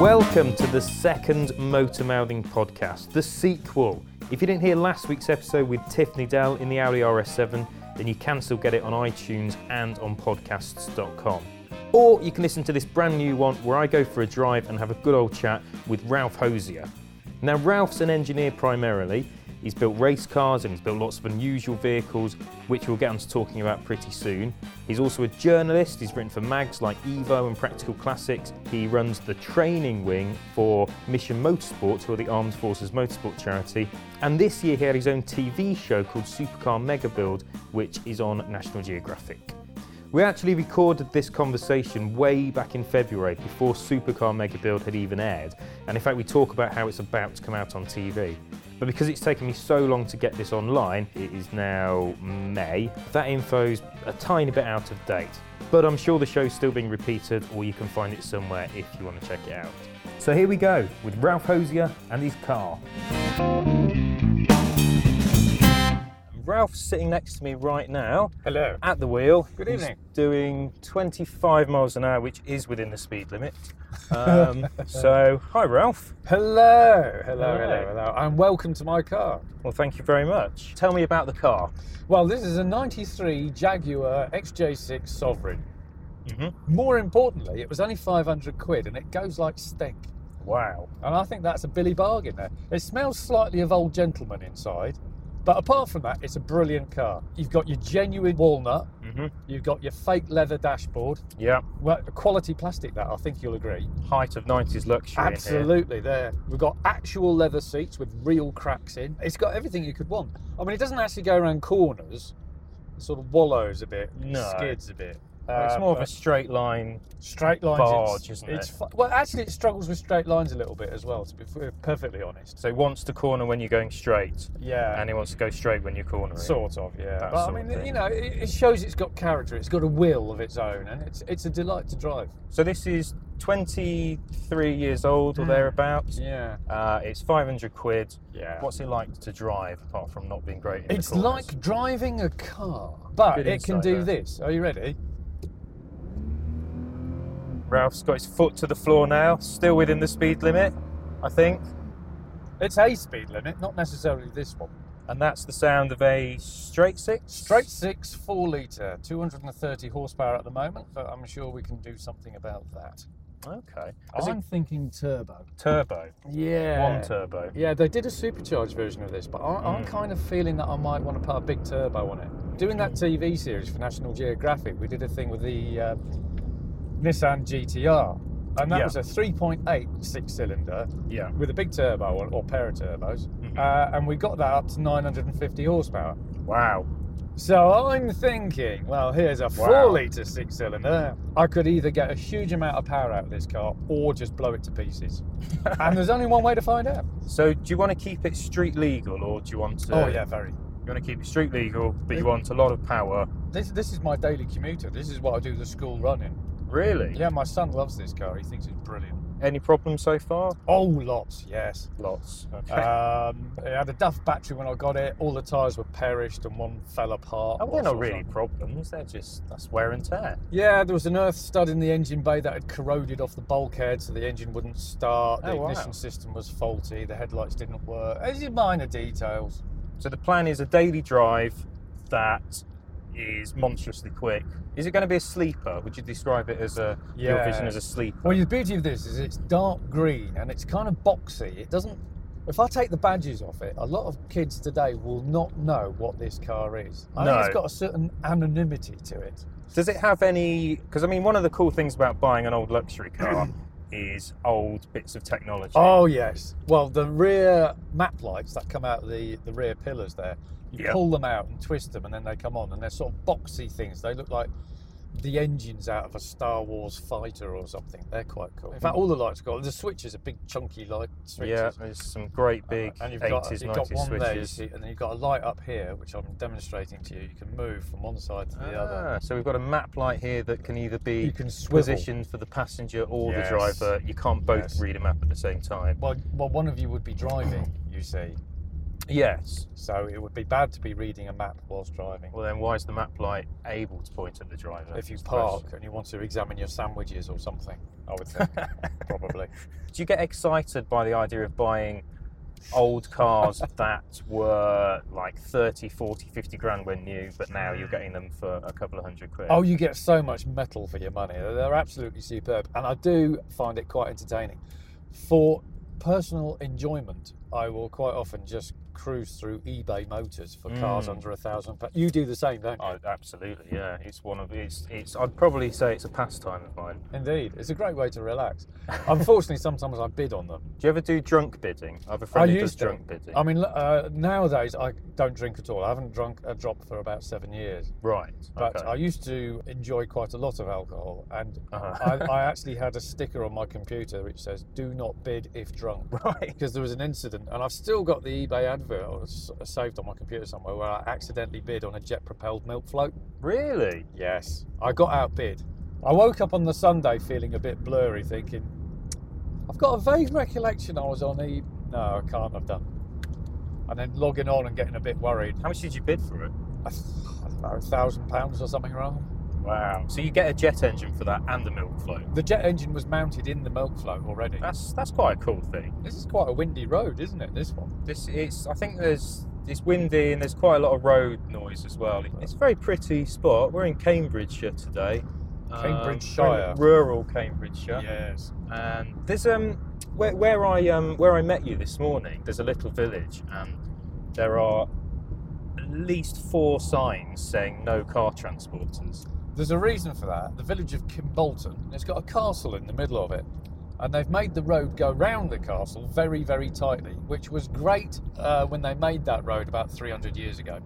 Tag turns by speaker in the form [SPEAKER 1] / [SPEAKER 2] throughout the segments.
[SPEAKER 1] Welcome to the second Motor Mouthing podcast, the sequel. If you didn't hear last week's episode with Tiffany Dell in the Audi RS7, then you can still get it on iTunes and on podcasts.com. Or you can listen to this brand new one where I go for a drive and have a good old chat with Ralph Hosier. Now, Ralph's an engineer primarily. He's built race cars and he's built lots of unusual vehicles, which we'll get on to talking about pretty soon. He's also a journalist. He's written for mags like Evo and Practical Classics. He runs the training wing for Mission Motorsports, who are the Armed Forces Motorsport charity. And this year he had his own TV show called Supercar Mega Build, which is on National Geographic. We actually recorded this conversation way back in February before Supercar Mega Build had even aired, and in fact, we talk about how it's about to come out on TV. But because it's taken me so long to get this online, it is now May, that info's a tiny bit out of date. But I'm sure the show's still being repeated, or you can find it somewhere if you want to check it out. So here we go with Ralph Hosier and his car. Ralph's sitting next to me right now
[SPEAKER 2] Hello.
[SPEAKER 1] at the wheel.
[SPEAKER 2] Good
[SPEAKER 1] He's
[SPEAKER 2] evening.
[SPEAKER 1] doing 25 miles an hour, which is within the speed limit. Um, so, hi, Ralph.
[SPEAKER 2] Hello. Hello.
[SPEAKER 1] Hello.
[SPEAKER 2] Hello. Hello. And welcome to my car.
[SPEAKER 1] Well, thank you very much. Tell me about the car.
[SPEAKER 2] Well, this is a 93 Jaguar XJ6 Sovereign.
[SPEAKER 1] Mhm.
[SPEAKER 2] More importantly, it was only 500 quid and it goes like stink.
[SPEAKER 1] Wow.
[SPEAKER 2] And I think that's a Billy bargain there. It smells slightly of old gentleman inside, but apart from that, it's a brilliant car. You've got your genuine walnut,
[SPEAKER 1] Mm-hmm.
[SPEAKER 2] you've got your fake leather dashboard,
[SPEAKER 1] Yeah.
[SPEAKER 2] well, quality plastic that I think you'll agree.
[SPEAKER 1] Height of 90s luxury. in here.
[SPEAKER 2] Absolutely, there. We've got actual leather seats with real cracks in. It's got everything you could want. I mean, it doesn't actually go around corners. It sort of wallows a bit,
[SPEAKER 1] No.
[SPEAKER 2] skids a bit.
[SPEAKER 1] it's
[SPEAKER 2] Um,
[SPEAKER 1] more of a
[SPEAKER 2] but
[SPEAKER 1] straight line.
[SPEAKER 2] straight lines.
[SPEAKER 1] barge,
[SPEAKER 2] it's,
[SPEAKER 1] isn't
[SPEAKER 2] it's
[SPEAKER 1] it?
[SPEAKER 2] fu- well, actually, it struggles with straight lines a little bit as well. To be f- perfectly honest.
[SPEAKER 1] So it wants to corner when you're going straight,
[SPEAKER 2] Yeah.
[SPEAKER 1] and it wants to go straight when you're cornering.
[SPEAKER 2] Sort of, yeah.
[SPEAKER 1] That
[SPEAKER 2] But I
[SPEAKER 1] sort of
[SPEAKER 2] mean,
[SPEAKER 1] thing.
[SPEAKER 2] you know, it, it shows it's got character. It's got a will of its own, and it's it's a delight to drive.
[SPEAKER 1] So this is 23 years old or
[SPEAKER 2] Mm.
[SPEAKER 1] thereabouts.
[SPEAKER 2] Yeah,
[SPEAKER 1] Uh, it's 500 quid.
[SPEAKER 2] yeah.
[SPEAKER 1] What's it like to drive apart from not being great? In the
[SPEAKER 2] It's
[SPEAKER 1] corners?
[SPEAKER 2] like driving a car, but
[SPEAKER 1] Good
[SPEAKER 2] it can
[SPEAKER 1] insight
[SPEAKER 2] do
[SPEAKER 1] there.
[SPEAKER 2] this. Are you ready?
[SPEAKER 1] Ralph's got his foot to the floor now, still within the speed limit, I think.
[SPEAKER 2] It's a speed limit, not necessarily this one.
[SPEAKER 1] And that's the sound of a straight six.
[SPEAKER 2] Straight six, four litre, 230 horsepower at the moment, but I'm sure we can do something about that.
[SPEAKER 1] Okay. Is
[SPEAKER 2] I'm thinking turbo.
[SPEAKER 1] it turbo?
[SPEAKER 2] Yeah.
[SPEAKER 1] One turbo.
[SPEAKER 2] Yeah, they did a supercharged version of this, but I, I'm
[SPEAKER 1] Mm.
[SPEAKER 2] kind of feeling that I might want to put a big turbo on it. Doing that TV series for National Geographic, we did a thing with the uh, Nissan GTR, and that
[SPEAKER 1] Yeah.
[SPEAKER 2] was a 3.8 six cylinder
[SPEAKER 1] Yeah.
[SPEAKER 2] with a big turbo or, or pair of turbos,
[SPEAKER 1] Mhm.
[SPEAKER 2] uh, and we got that up to 950 horsepower.
[SPEAKER 1] Wow.
[SPEAKER 2] So I'm thinking, well, here's a four
[SPEAKER 1] Wow.
[SPEAKER 2] litre six cylinder. I could either get a huge amount of power out of this car or just blow it to pieces. and there's only one way to find out.
[SPEAKER 1] So do you want to keep it street legal or do you want to
[SPEAKER 2] Oh, yeah, very.
[SPEAKER 1] you want to keep it street legal but you want a lot of power?
[SPEAKER 2] This, this is my daily commuter. This is what I do the school run in.
[SPEAKER 1] Really?
[SPEAKER 2] Yeah, my son loves this car. He thinks it's brilliant.
[SPEAKER 1] Any problems so far?
[SPEAKER 2] Oh, lots, yes.
[SPEAKER 1] Lots. Uh, Okay.
[SPEAKER 2] Um, it had a duff battery when I got it. All the tyres were perished and one fell apart.
[SPEAKER 1] oh,
[SPEAKER 2] all
[SPEAKER 1] they're not
[SPEAKER 2] sorts
[SPEAKER 1] really
[SPEAKER 2] of-
[SPEAKER 1] problems, they're just that's wear and tear.
[SPEAKER 2] Yeah, there was an earth stud in the engine bay that had corroded off the bulkhead, so the engine wouldn't start. The
[SPEAKER 1] Oh, wow.
[SPEAKER 2] ignition system was faulty. The headlights didn't work. These are minor details.
[SPEAKER 1] So the plan is a daily drive that is monstrously quick. Is it going to be a sleeper? Would you describe it as a your vision as a sleeper?
[SPEAKER 2] Well, the beauty of this is it's dark green and it's kind of boxy. It doesn't. If I take the badges off it, a lot of kids today will not know what this car is. I think
[SPEAKER 1] No.
[SPEAKER 2] it's got a certain anonymity to it.
[SPEAKER 1] Does it have any? Because I mean, one of the cool things about buying an old luxury car is old bits of technology.
[SPEAKER 2] Oh yes. Well, the rear map lights that come out of the the rear pillars there, you
[SPEAKER 1] Yeah.
[SPEAKER 2] pull them out and twist them, and then they come on, and they're sort of boxy things. They look like the engines out of a Star Wars fighter or something. They're quite cool. In fact, all the lights have got the switches are big chunky light switches.
[SPEAKER 1] Hmm.
[SPEAKER 2] Uh,
[SPEAKER 1] yeah. There's some great big
[SPEAKER 2] and you've got,
[SPEAKER 1] 80s, 90s
[SPEAKER 2] you've got one there, you
[SPEAKER 1] switches.
[SPEAKER 2] see, and then you've got a light up here, which I'm demonstrating to you. You can move from one side to the other.
[SPEAKER 1] Ah, so we've got a map light here that can either
[SPEAKER 2] You
[SPEAKER 1] be
[SPEAKER 2] can swivel.
[SPEAKER 1] positioned for the passenger or
[SPEAKER 2] Yes.
[SPEAKER 1] the driver. You can't both
[SPEAKER 2] Yes.
[SPEAKER 1] read a map at the same time.
[SPEAKER 2] Well, well, one of you would be driving, you see.
[SPEAKER 1] Yes.
[SPEAKER 2] So it would be bad to be reading a map whilst driving.
[SPEAKER 1] Well, then why is the map light able to point at the driver?
[SPEAKER 2] if you
[SPEAKER 1] That's the
[SPEAKER 2] park
[SPEAKER 1] question.
[SPEAKER 2] and you want to examine your sandwiches or something, I would think probably.
[SPEAKER 1] do you get excited by the idea of buying old cars that were like 30, 40, 50 grand when new, but now you're getting them for a couple of hundred quid?
[SPEAKER 2] Oh, you get so much metal for your money. They're they're absolutely superb, and I do find it quite entertaining. For personal enjoyment, I will quite often just cruise through eBay Motors for cars
[SPEAKER 1] Mm.
[SPEAKER 2] under a thousand. pounds. You do the same, don't you?
[SPEAKER 1] Oh, absolutely, yeah. It's one of it's. It's. I'd probably say it's a pastime of mine.
[SPEAKER 2] Indeed, it's a great way to relax. Unfortunately, sometimes I bid on them.
[SPEAKER 1] Do you ever do drunk bidding? I have a friend who does
[SPEAKER 2] used to.
[SPEAKER 1] drunk bidding.
[SPEAKER 2] I mean, l- uh, nowadays I don't drink at all. I haven't drunk a drop for about seven years.
[SPEAKER 1] right.
[SPEAKER 2] But
[SPEAKER 1] okay.
[SPEAKER 2] I used to enjoy quite a lot of alcohol, and
[SPEAKER 1] Uh-huh.
[SPEAKER 2] I, I actually had a sticker on my computer which says "Do not bid if drunk."
[SPEAKER 1] right.
[SPEAKER 2] Because there was an incident, and I've still got the eBay advert or s- saved on my computer somewhere where I accidentally bid on a jet-propelled milk float.
[SPEAKER 1] Really?
[SPEAKER 2] Yes, I got outbid. I woke up on the Sunday feeling a bit blurry, thinking I've got a vague recollection I was on e. No, I can't have done. And then logging on and getting a bit worried.
[SPEAKER 1] How much did you bid for it?
[SPEAKER 2] I don't know, a thousand pounds or something rather.
[SPEAKER 1] Wow. So you get a jet engine for that and the milk float.
[SPEAKER 2] The jet engine was mounted in the milk float already.
[SPEAKER 1] That's that's quite a cool thing.
[SPEAKER 2] This is quite a windy road, isn't it? This one.
[SPEAKER 1] This it's I think there's it's windy and there's quite a lot of road noise as well. It's a very pretty spot. We're in Cambridgeshire today. Um,
[SPEAKER 2] Cambridgeshire.
[SPEAKER 1] rural Cambridgeshire.
[SPEAKER 2] Yes.
[SPEAKER 1] And there's um where, where I um where I met you this morning. There's a little village and there are at least four signs saying no car transporters.
[SPEAKER 2] There's a reason for that. The village of Kimbolton, and it's got a castle in the middle of it. And they've made the road go round the castle very, very tightly, which was great uh, when they made that road about 300 years ago.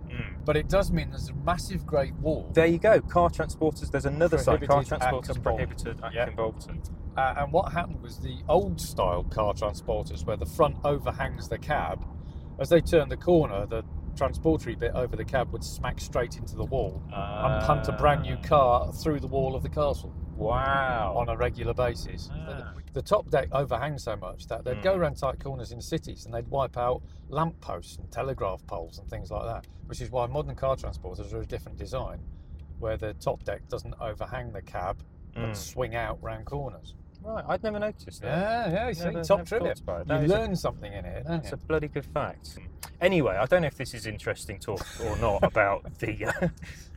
[SPEAKER 2] But it does mean there's a massive great wall.
[SPEAKER 1] There you go. Car transporters. There's another sign. Car
[SPEAKER 2] Prohibited at
[SPEAKER 1] transporters
[SPEAKER 2] Cumbolton.
[SPEAKER 1] prohibited at
[SPEAKER 2] Yeah.
[SPEAKER 1] Cumbolton.
[SPEAKER 2] Uh, and what happened was the old style car transporters, where the front overhangs the cab, as they turned the corner, the transportery bit over the cab would smack straight into the wall and punt a brand
[SPEAKER 1] Ah.
[SPEAKER 2] new car through the wall of the castle
[SPEAKER 1] Uh, Wow.
[SPEAKER 2] on a regular basis.
[SPEAKER 1] Oh. Ah.
[SPEAKER 2] The, the top deck overhangs so much that they'd go
[SPEAKER 1] Mm.
[SPEAKER 2] around tight corners in cities and they'd wipe out lamp posts and telegraph poles and things like that, which is why modern car transporters are a different design, where the top deck doesn't overhang the cab but
[SPEAKER 1] Mm.
[SPEAKER 2] swing out round corners.
[SPEAKER 1] Right, I'd never noticed that.
[SPEAKER 2] Yeah, yeah, you see,
[SPEAKER 1] Never-
[SPEAKER 2] top
[SPEAKER 1] never
[SPEAKER 2] trivia.
[SPEAKER 1] thought about it.
[SPEAKER 2] You
[SPEAKER 1] That is a-
[SPEAKER 2] learn something in it, don't
[SPEAKER 1] That's
[SPEAKER 2] you?
[SPEAKER 1] a bloody good fact. Anyway, I don't know if this is interesting talk or not about the uh,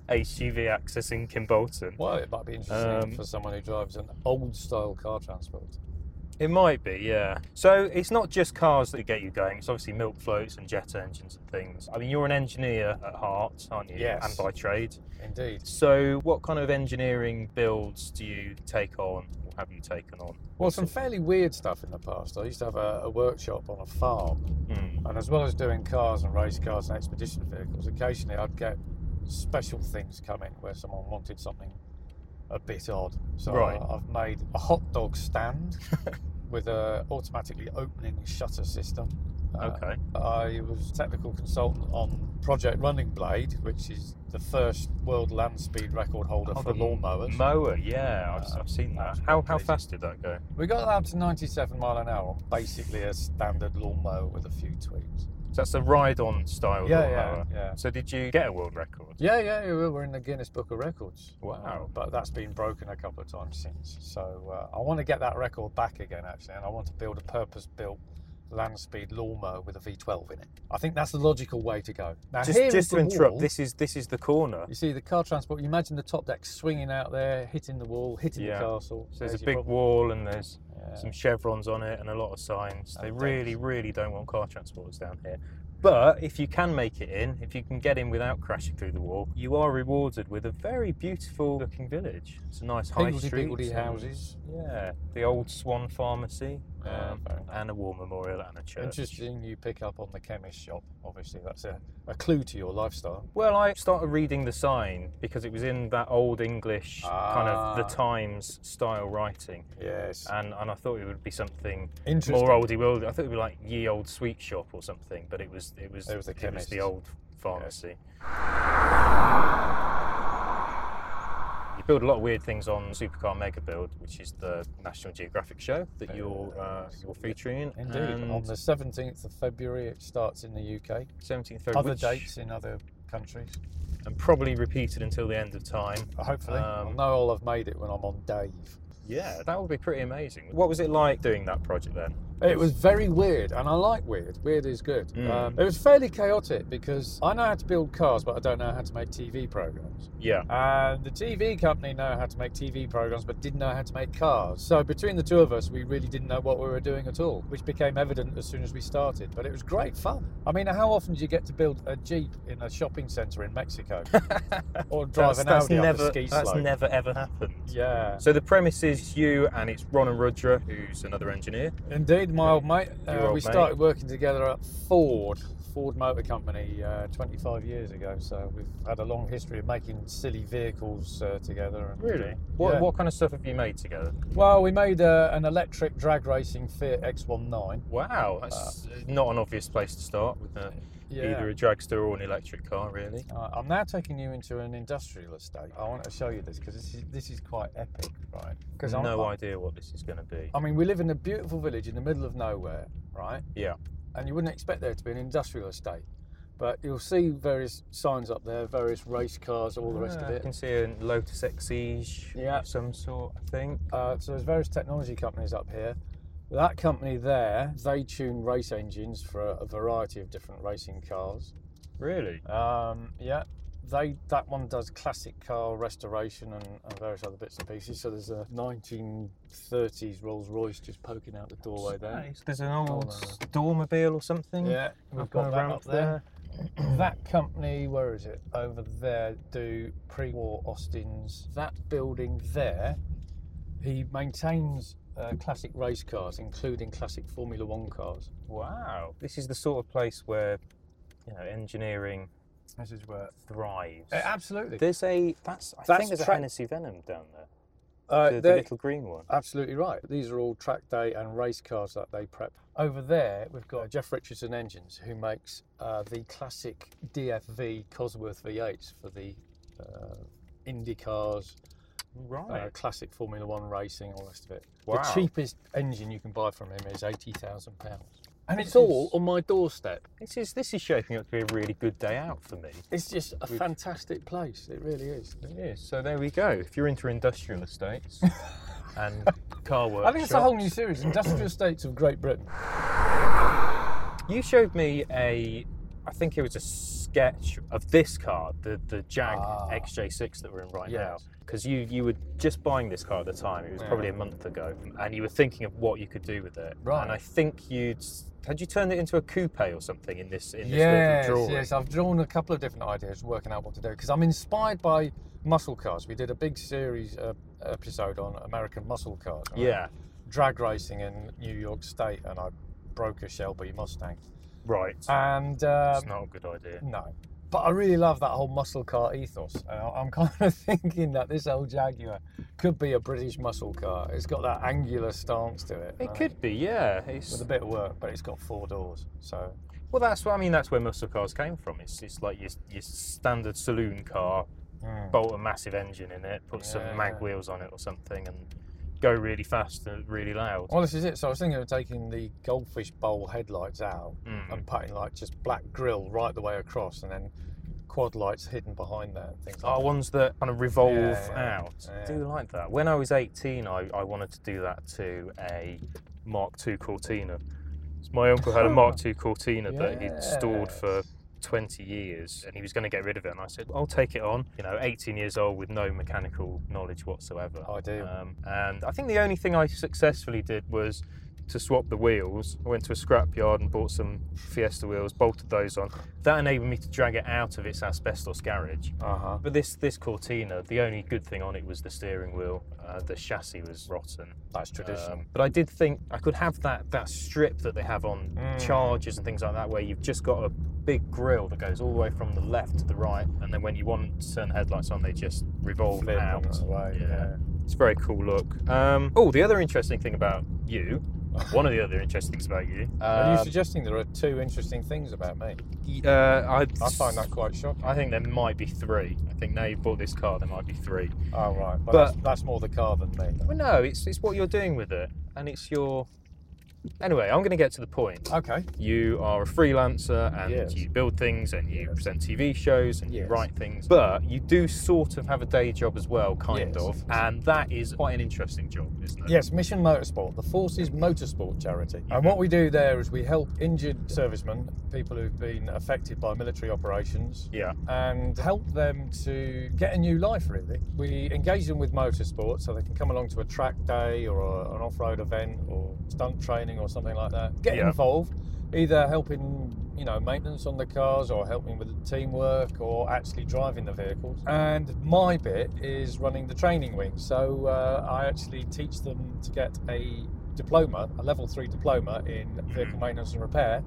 [SPEAKER 1] HGV access in Kimbolton.
[SPEAKER 2] Well, it might be interesting
[SPEAKER 1] Um,
[SPEAKER 2] for someone who drives an old-style car transport.
[SPEAKER 1] It might be, yeah. So it's not just cars that get you going. It's obviously milk floats and jet engines and things. I mean, you're an engineer at heart, aren't you?
[SPEAKER 2] Yes.
[SPEAKER 1] And by trade.
[SPEAKER 2] Indeed.
[SPEAKER 1] So, what kind of engineering builds do you take on, or have you taken on?
[SPEAKER 2] Well, some fairly weird stuff in the past. I used to have a, a workshop on a farm,
[SPEAKER 1] Hmm.
[SPEAKER 2] and as well as doing cars and race cars and expedition vehicles, occasionally I'd get special things come in where someone wanted something a bit odd. So
[SPEAKER 1] Right.
[SPEAKER 2] I, I've made a hot dog stand with a automatically opening shutter system. Uh,
[SPEAKER 1] Okay.
[SPEAKER 2] I was technical consultant on Project Running Blade, which is the first world land speed record holder
[SPEAKER 1] Oh,
[SPEAKER 2] for
[SPEAKER 1] the
[SPEAKER 2] lawnmowers.
[SPEAKER 1] Mower, yeah, I've, I've seen that.
[SPEAKER 2] Uh, that's
[SPEAKER 1] How,
[SPEAKER 2] quite
[SPEAKER 1] how
[SPEAKER 2] pleasing.
[SPEAKER 1] fast did that go?
[SPEAKER 2] we got that up to 97 mile an hour on basically a standard lawnmower with a few tweaks.
[SPEAKER 1] So that's a ride-on style
[SPEAKER 2] yeah,
[SPEAKER 1] lawnmower.
[SPEAKER 2] yeah, yeah.
[SPEAKER 1] So did you get a world record?
[SPEAKER 2] Yeah, yeah, yeah, we we're in the Guinness Book of Records.
[SPEAKER 1] Wow.
[SPEAKER 2] But that's been broken a couple of times since. So uh, I want to get that record back again, actually, and I want to build a purpose built land speed lawnmower with a V12 in it. I think that's the logical way to go. Now,
[SPEAKER 1] Just,
[SPEAKER 2] here is
[SPEAKER 1] just to
[SPEAKER 2] the
[SPEAKER 1] interrupt,
[SPEAKER 2] wall.
[SPEAKER 1] this is this is the corner.
[SPEAKER 2] You see the car transport. You imagine the top deck swinging out there, hitting the wall, hitting
[SPEAKER 1] Yeah.
[SPEAKER 2] the castle.
[SPEAKER 1] So there's a
[SPEAKER 2] your
[SPEAKER 1] big
[SPEAKER 2] problem.
[SPEAKER 1] wall and there's
[SPEAKER 2] Yeah. Oh,
[SPEAKER 1] some chevrons on it and a lot of signs. They
[SPEAKER 2] And
[SPEAKER 1] really, really don't want car transporters down here. But if you can make it in, if you can get in without crashing through the wall, you are rewarded with a very beautiful looking village. It's a nice high
[SPEAKER 2] Higgledy
[SPEAKER 1] street.
[SPEAKER 2] piggledy
[SPEAKER 1] and-
[SPEAKER 2] houses.
[SPEAKER 1] Yeah, the old Swan Pharmacy
[SPEAKER 2] Yeah,
[SPEAKER 1] um,
[SPEAKER 2] Ah, fair enough.
[SPEAKER 1] and a war memorial and a church.
[SPEAKER 2] Interesting. You pick up on the chemist shop. Obviously, that's a, a clue to your lifestyle.
[SPEAKER 1] Well, I started reading the sign because it was in that old English kind of the
[SPEAKER 2] Ah.
[SPEAKER 1] Times style writing,
[SPEAKER 2] Yes.
[SPEAKER 1] and and I thought it would be something
[SPEAKER 2] Interesting.
[SPEAKER 1] more oldie world. I thought it'd be like ye old sweet shop or something, but it was it was
[SPEAKER 2] It was the chemist.
[SPEAKER 1] the old pharmacy. build a lot of weird things on Supercar Mega Build, which is the National Geographic show that
[SPEAKER 2] Very
[SPEAKER 1] you're uh,
[SPEAKER 2] nice.
[SPEAKER 1] you're featuring.
[SPEAKER 2] Indeed.
[SPEAKER 1] And
[SPEAKER 2] On the 17th of February, it starts in the UK.
[SPEAKER 1] 17th February,
[SPEAKER 2] Other
[SPEAKER 1] which-
[SPEAKER 2] dates in other countries. uh,
[SPEAKER 1] and probably repeated until the end of time.
[SPEAKER 2] Hopefully. I'll
[SPEAKER 1] Um,
[SPEAKER 2] know I'll have made it when I'm on Dave.
[SPEAKER 1] Yeah, that would be pretty amazing. What was it like doing that project then?
[SPEAKER 2] It was very weird, and I like weird. Weird is good.
[SPEAKER 1] Mm.
[SPEAKER 2] Um, it was fairly chaotic because I know how to build cars, but I don't know how to make TV programs.
[SPEAKER 1] Yeah,
[SPEAKER 2] And Uh, the TV company know how to make TV programs, but didn't know how to make cars. So between the two of us, we really didn't know what we were doing at all, which became evident as soon as we started. But it was great fun. I mean, how often do you get to build a jeep in a shopping centre in Mexico, or drive an
[SPEAKER 1] that's
[SPEAKER 2] Audi
[SPEAKER 1] never
[SPEAKER 2] up a ski
[SPEAKER 1] that's
[SPEAKER 2] slope?
[SPEAKER 1] never ever happened.
[SPEAKER 2] yeah,
[SPEAKER 1] So the premise is you and it's Ron and Rudra, who's another engineer.
[SPEAKER 2] indeed, my old mate.
[SPEAKER 1] Your
[SPEAKER 2] Uh,
[SPEAKER 1] old
[SPEAKER 2] we
[SPEAKER 1] mate.
[SPEAKER 2] started working together at Ford, Ford Motor Company, uh, 25 years ago. So we've had a long history of making silly vehicles uh, together. And, uh,
[SPEAKER 1] What
[SPEAKER 2] yeah.
[SPEAKER 1] what kind of stuff have you made together?
[SPEAKER 2] Well, we made uh, an electric drag racing Fiat X19.
[SPEAKER 1] Wow, that's not an obvious place to start with a, either a dragster or an electric car, really.
[SPEAKER 2] Uh, I'm now taking you into an industrial estate. I want to show you this because this is this is quite epic, right? Because
[SPEAKER 1] No idea what this is going to be.
[SPEAKER 2] I mean, we live in a beautiful village in the middle of nowhere, right?
[SPEAKER 1] Yeah.
[SPEAKER 2] And you wouldn't expect there to be an industrial estate, but you'll see various signs up there, various race cars, all the rest of
[SPEAKER 1] Ah, I
[SPEAKER 2] it.
[SPEAKER 1] can see a Lotus Exige
[SPEAKER 2] Yeah.
[SPEAKER 1] of some sort, I think.
[SPEAKER 2] Uh, so there's various technology companies up here. That company there, they tune race engines for a, a variety of different racing cars.
[SPEAKER 1] Really?
[SPEAKER 2] Um, yeah, they that one does classic car restoration and, and various other bits and pieces. So there's a 1930s Rolls Royce just poking out the doorway there.
[SPEAKER 1] There's an old
[SPEAKER 2] Oh, no, no.
[SPEAKER 1] Stormobile or something.
[SPEAKER 2] Yeah,
[SPEAKER 1] I've
[SPEAKER 2] we've
[SPEAKER 1] got
[SPEAKER 2] got
[SPEAKER 1] a
[SPEAKER 2] that
[SPEAKER 1] ramp
[SPEAKER 2] up there. That company, where is it? Over there, do pre-war Austins. That building there, he maintains uh, classic race cars, including classic Formula One cars.
[SPEAKER 1] Wow. This is the sort of place where you know engineering
[SPEAKER 2] This is where.
[SPEAKER 1] thrives.
[SPEAKER 2] absolutely.
[SPEAKER 1] There's a Uh, that's I
[SPEAKER 2] That's
[SPEAKER 1] think there's
[SPEAKER 2] tra-
[SPEAKER 1] a Hennessy Venom down there.
[SPEAKER 2] Uh,
[SPEAKER 1] the, the
[SPEAKER 2] there-
[SPEAKER 1] little green one.
[SPEAKER 2] Absolutely right. These are all track day and race cars that they prep. Over there, we've got Jeff Richardson Engines, who makes uh, the classic DFV Cosworth V8s for the uh, IndyCars,
[SPEAKER 1] Right.
[SPEAKER 2] uh, classic Formula One racing, all the rest of it.
[SPEAKER 1] Wow.
[SPEAKER 2] The cheapest engine you can buy from him is £80,000. And
[SPEAKER 1] This
[SPEAKER 2] it's all
[SPEAKER 1] is-
[SPEAKER 2] on my doorstep.
[SPEAKER 1] This is this is shaping up to be a really good day out for me.
[SPEAKER 2] It's just a
[SPEAKER 1] We've-
[SPEAKER 2] fantastic place. It really is.
[SPEAKER 1] It is. So there we go. If you're into industrial estates and car work,
[SPEAKER 2] I think it's a whole new series Industrial States of Great Britain.
[SPEAKER 1] You showed me a, I think it was a sketch of this car, the the Jag
[SPEAKER 2] Ah.
[SPEAKER 1] XJ6 that we're in right now.
[SPEAKER 2] Yes.
[SPEAKER 1] Because you you were just buying this car at the time. It was probably a
[SPEAKER 2] Yeah.
[SPEAKER 1] month ago, and you were thinking of what you could do with it.
[SPEAKER 2] Right.
[SPEAKER 1] And I think you'd had you turned it into a coupe or something in this in this
[SPEAKER 2] Yes,
[SPEAKER 1] little drawing.
[SPEAKER 2] yes. I've drawn a couple of different ideas, working out what to do because I'm inspired by muscle cars. We did a big series uh, episode on American muscle cars, right?
[SPEAKER 1] Yeah.
[SPEAKER 2] drag racing in New York State, and I broke a Shelby Mustang.
[SPEAKER 1] Right.
[SPEAKER 2] And
[SPEAKER 1] It's
[SPEAKER 2] um,
[SPEAKER 1] not a good idea.
[SPEAKER 2] no, but I really love that whole muscle car ethos. And I- I'm kind of thinking that this old Jaguar could be a British muscle car. It's got that angular stance to it.
[SPEAKER 1] It
[SPEAKER 2] uh,
[SPEAKER 1] could be, yeah.
[SPEAKER 2] With
[SPEAKER 1] It's,
[SPEAKER 2] a bit of work, but it's got four doors, so
[SPEAKER 1] well, that's what I mean. That's where muscle cars came from. It's it's like your your standard saloon car,
[SPEAKER 2] mm.
[SPEAKER 1] bolt a massive engine in it, put some
[SPEAKER 2] Yeah,
[SPEAKER 1] mag
[SPEAKER 2] yeah.
[SPEAKER 1] wheels on it or something, and go really fast and really loud.
[SPEAKER 2] Well, this is it. So I was thinking of taking the goldfish bowl headlights out
[SPEAKER 1] Mm.
[SPEAKER 2] and putting like just black grill right the way across, and then quad lights hidden behind that and things like
[SPEAKER 1] Are ones that kind of revolve
[SPEAKER 2] Yeah, yeah,
[SPEAKER 1] out.
[SPEAKER 2] yeah.
[SPEAKER 1] I do like that. When I was 18, I, I wanted to do that to a Mark II Cortina. So my uncle had a Mark II Cortina that he'd stored for 20 years and he was going to get rid of it. And I said, I'll take it on. You know, 18 years old with no mechanical knowledge whatsoever.
[SPEAKER 2] that. Ideal.
[SPEAKER 1] Um, and I think the only thing I successfully did was to swap the wheels. I went to a scrapyard and bought some Fiesta wheels, bolted those on. That enabled me to drag it out of its asbestos garage.
[SPEAKER 2] Uh huh.
[SPEAKER 1] But this this Cortina, the only good thing on it was the steering wheel. Uh, the chassis was rotten.
[SPEAKER 2] That's traditional.
[SPEAKER 1] Um, but I did think I could have that that strip that they have on
[SPEAKER 2] Mm.
[SPEAKER 1] chargers and things like that, where you've just got a big grill that goes all the way from the left to the right, and then when you want to turn the headlights on, they just revolve
[SPEAKER 2] Flip
[SPEAKER 1] out.
[SPEAKER 2] them away,
[SPEAKER 1] Yeah. It's a very cool look. Um, oh, the other interesting thing about you One of the other interesting things about you.
[SPEAKER 2] Are you
[SPEAKER 1] Uh,
[SPEAKER 2] suggesting there are two interesting things about me?
[SPEAKER 3] Y- Uh, I,
[SPEAKER 2] I find that quite shocking.
[SPEAKER 1] I think there might be three. I think now you've bought this car, there might be three.
[SPEAKER 2] Oh right, well,
[SPEAKER 3] But-
[SPEAKER 2] that's, that's more the car than me.
[SPEAKER 1] Well, no, it's it's what you're doing with it, and it's your. Anyway, I'm going to get to the point.
[SPEAKER 2] Okay.
[SPEAKER 1] You are a freelancer, and
[SPEAKER 2] Yes.
[SPEAKER 1] you build things, and you present TV shows, and you
[SPEAKER 2] Yes.
[SPEAKER 1] write things. But you do sort of have a day job as well, kind
[SPEAKER 2] Yes.
[SPEAKER 1] of, and that is quite an interesting job, isn't it?
[SPEAKER 2] Yes, Mission Motorsport, the Forces Motorsport charity. And what we do there is we help injured servicemen, people who've been affected by military operations,
[SPEAKER 1] Yeah.
[SPEAKER 2] and help them to get a new life, really. We engage them with motorsport so they can come along to a track day or a, an off road event or stunt training or something like that. Get
[SPEAKER 1] Yeah.
[SPEAKER 2] involved, either helping. You know, maintenance on the cars or helping with the teamwork or actually driving the vehicles. And my bit is running the training wing. So uh, I actually teach them to get a diploma, a level three diploma in vehicle maintenance and repair,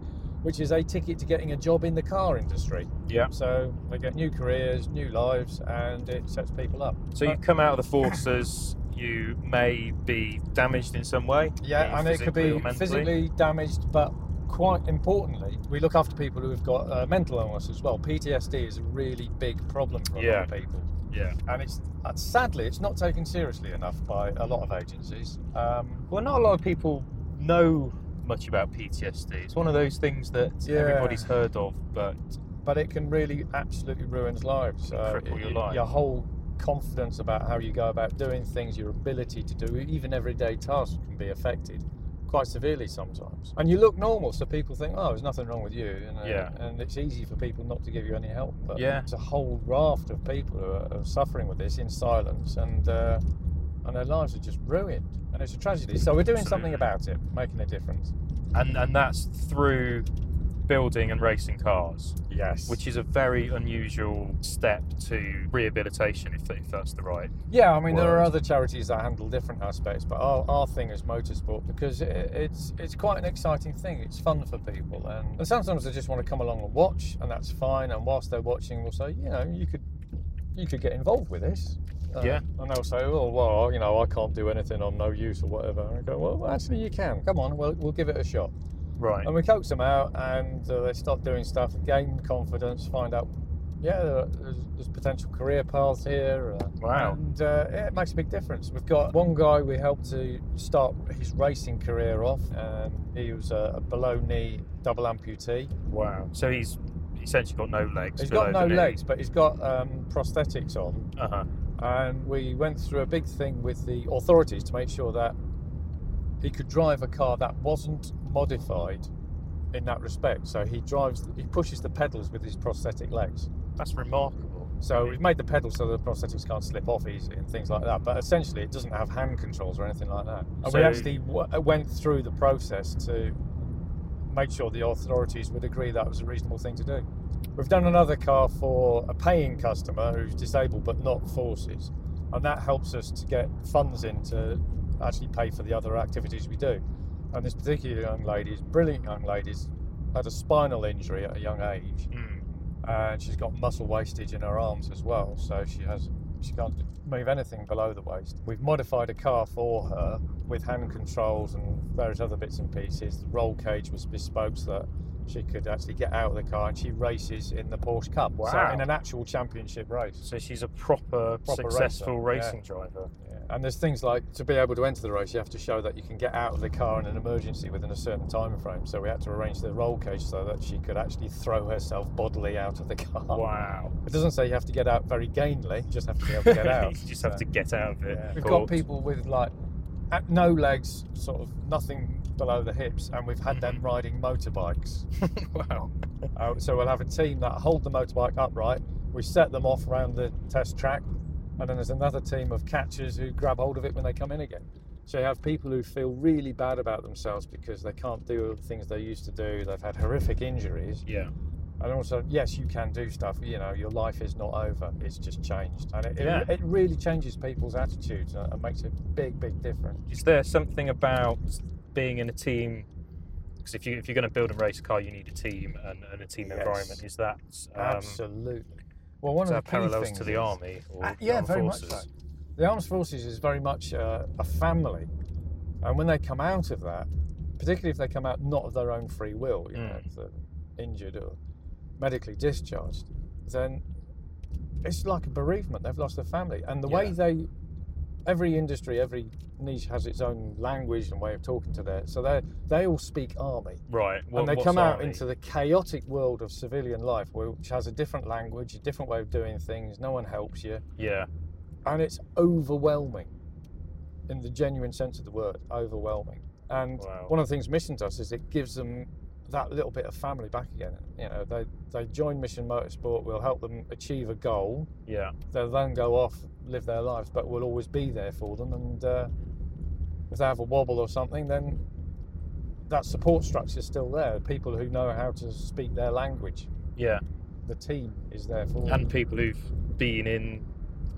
[SPEAKER 2] which is a ticket to getting a job in the car industry.
[SPEAKER 1] Yeah.
[SPEAKER 2] So they get new careers, new lives, and it sets people up.
[SPEAKER 1] So you come out of the forces, you may be damaged in some way.
[SPEAKER 2] Yeah, and
[SPEAKER 1] maybe
[SPEAKER 2] it could
[SPEAKER 1] physically
[SPEAKER 2] be
[SPEAKER 1] or mentally.
[SPEAKER 2] physically damaged, but quite importantly, we look after people who have got uh, mental illness as well. PTSD is a really big problem for a lot of people.
[SPEAKER 1] Yeah.
[SPEAKER 2] And it's uh, sadly, it's not taken seriously enough by a lot of agencies. Um,
[SPEAKER 1] Well, not a lot of people know much about PTSD. It's one of those things that
[SPEAKER 2] Yeah.
[SPEAKER 1] everybody's heard of, but
[SPEAKER 2] but it can really absolutely ruin lives.
[SPEAKER 1] Cripple your
[SPEAKER 2] y-
[SPEAKER 1] life.
[SPEAKER 2] Your whole confidence about how you go about doing things, your ability to do e, even everyday tasks can be affected quite severely sometimes. And you look normal, so people think, oh, there's nothing wrong with you. And, uh,
[SPEAKER 1] Yeah.
[SPEAKER 2] and it's easy for people not to give you any help. But
[SPEAKER 1] Yeah.
[SPEAKER 2] there's a whole raft of people who are, are suffering with this in silence and. Uh, and their lives are just ruined, and it's a tragedy. So we're doing something
[SPEAKER 1] Absolutely.
[SPEAKER 2] about it, making a difference.
[SPEAKER 1] and and that's through building and racing cars,
[SPEAKER 2] Yes,
[SPEAKER 1] which is a very unusual step to rehabilitation, if, if that's the right.
[SPEAKER 2] Yeah, I mean there are
[SPEAKER 1] world.
[SPEAKER 2] other charities that handle different aspects, but our, our thing is motorsport because i it's it's quite an exciting thing. It's fun for people, and, and sometimes they just want to come along and watch, and that's fine. And whilst they're watching, we'll say, you know, you could you could get involved with this. Uh,
[SPEAKER 1] Yeah.
[SPEAKER 2] And they'll say, oh well, you know, I can't do anything. I'm no use or whatever. And I go, well, actually, you can. Come on, we'll we'll give it a shot.
[SPEAKER 1] Right.
[SPEAKER 2] And we coax them out, and uh, they start doing stuff, gain confidence, find out, yeah, there are, there's, there's potential career paths here. Uh,
[SPEAKER 1] Wow.
[SPEAKER 2] And uh, yeah, it makes a big difference. We've got one guy we helped to start his racing career off. Um, he was a, a below knee double amputee.
[SPEAKER 1] Wow. So he's essentially got no legs.
[SPEAKER 2] He's
[SPEAKER 1] below
[SPEAKER 2] got no
[SPEAKER 1] the knee.
[SPEAKER 2] legs, but he's got um, prosthetics on.
[SPEAKER 1] Uh-huh.
[SPEAKER 2] And we went through a big thing with the authorities to make sure that he could drive a car that wasn't modified in that respect. So he drives, he pushes the pedals with his prosthetic legs.
[SPEAKER 1] That's remarkable.
[SPEAKER 2] So we've made the pedals so the prosthetics can't slip off easily and things like that. But essentially, it doesn't have hand controls or anything like that. And
[SPEAKER 1] So-
[SPEAKER 2] we actually w- uh, went through the process to make sure the authorities would agree that was a reasonable thing to do. We've done another car for a paying customer who's disabled but not forces, and that helps us to get funds in to actually pay for the other activities we do. And this particular young lady, brilliant young lady's had a spinal injury at a young age
[SPEAKER 1] Mm.
[SPEAKER 2] and she's got muscle wastage in her arms as well, so she has she can't move anything below the waist. We've modified a car for her with hand controls and various other bits and pieces. The roll cage was bespoke so that she could actually get out of the car, and she races in the Porsche Cup,
[SPEAKER 1] Wow.
[SPEAKER 2] so in an actual championship race.
[SPEAKER 1] So she's a proper,
[SPEAKER 2] Proper
[SPEAKER 1] successful
[SPEAKER 2] racer, yeah.
[SPEAKER 1] racing driver.
[SPEAKER 2] And there's things like to be able to enter the race, you have to show that you can get out of the car in an emergency within a certain time frame. So we had to arrange the roll cage so that she could actually throw herself bodily out of the car.
[SPEAKER 1] Wow.
[SPEAKER 2] It doesn't say you have to get out very gainly, you just have to be able to get out.
[SPEAKER 1] you just have to get out of it.
[SPEAKER 2] We've got
[SPEAKER 1] Caught.
[SPEAKER 2] people with like at no legs, sort of nothing below the hips, and we've had them riding motorbikes.
[SPEAKER 1] wow.
[SPEAKER 2] Uh, so we'll have a team that hold the motorbike upright, we set them off round the test track, and then there's another team of catchers who grab hold of it when they come in again. So you have people who feel really bad about themselves because they can't do the things they used to do, they've had horrific injuries,
[SPEAKER 1] Yeah.
[SPEAKER 2] and also, yes, you can do stuff. You know, your life is not over. It's just changed, and it,
[SPEAKER 1] Yeah.
[SPEAKER 2] it, it really changes people's attitudes and, and makes a big, big difference.
[SPEAKER 1] Is there something about being in a team? Because if you if you're going to build a race car, you need a team and, and a team
[SPEAKER 2] Yes.
[SPEAKER 1] environment. Is that um,
[SPEAKER 2] Absolutely. Well, one
[SPEAKER 1] is
[SPEAKER 2] of
[SPEAKER 1] that
[SPEAKER 2] the key
[SPEAKER 1] parallels
[SPEAKER 2] things
[SPEAKER 1] to the
[SPEAKER 2] is-
[SPEAKER 1] army or
[SPEAKER 2] Ah,
[SPEAKER 1] the
[SPEAKER 2] yeah,
[SPEAKER 1] armed
[SPEAKER 2] very
[SPEAKER 1] forces?
[SPEAKER 2] much so. The armed forces is very much uh, a family, and when they come out of that, particularly if they come out not of their own free will, you know,
[SPEAKER 1] Mm.
[SPEAKER 2] if they're injured or medically discharged, then it's like a bereavement. They've lost a family, and the way
[SPEAKER 1] Yeah.
[SPEAKER 2] they, every industry, every niche has its own language and way of talking to their. So they they all speak army,
[SPEAKER 1] Right.
[SPEAKER 2] and they come out into the chaotic world of civilian life, which has a different language, a different way of doing things. No one helps you
[SPEAKER 1] yeah.
[SPEAKER 2] and it's overwhelming in the genuine sense of the word overwhelming and
[SPEAKER 1] Wow.
[SPEAKER 2] one of the things mission does is it gives them that little bit of family back again you know they they join mission motorsport we'll help them achieve a goal
[SPEAKER 1] Yeah.
[SPEAKER 2] they'll then go off live their lives but we'll always be there for them and uh, if they have a wobble or something then that support structure is still there people who know how to speak their language
[SPEAKER 1] Yeah.
[SPEAKER 2] the team is there for them
[SPEAKER 1] And people who've been in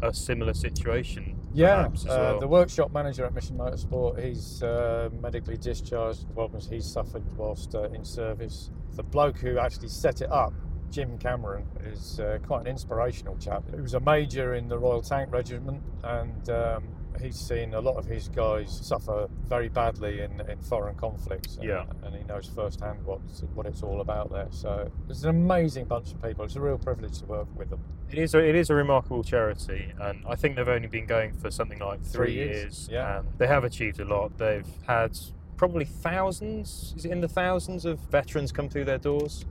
[SPEAKER 1] a similar situation.
[SPEAKER 2] Yeah,
[SPEAKER 1] perhaps as
[SPEAKER 2] uh,
[SPEAKER 1] well.
[SPEAKER 2] the workshop manager at Mission Motorsport, he's uh, medically discharged with problems he's suffered whilst uh, in service. The bloke who actually set it up, Jim Cameron, is uh, quite an inspirational chap. He was a major in the Royal Tank Regiment and um, he's seen a lot of his guys suffer very badly in, in foreign conflicts. And,
[SPEAKER 1] Yeah.
[SPEAKER 2] and he knows firsthand what's, what it's all about there. So it's an amazing bunch of people. It's a real privilege to work with them.
[SPEAKER 1] It is. A, it is a remarkable charity, and I think they've only been going for something like three,
[SPEAKER 2] Three years, yeah.
[SPEAKER 1] and they have achieved a lot. They've had probably thousands. Is it in the thousands of veterans come through their doors?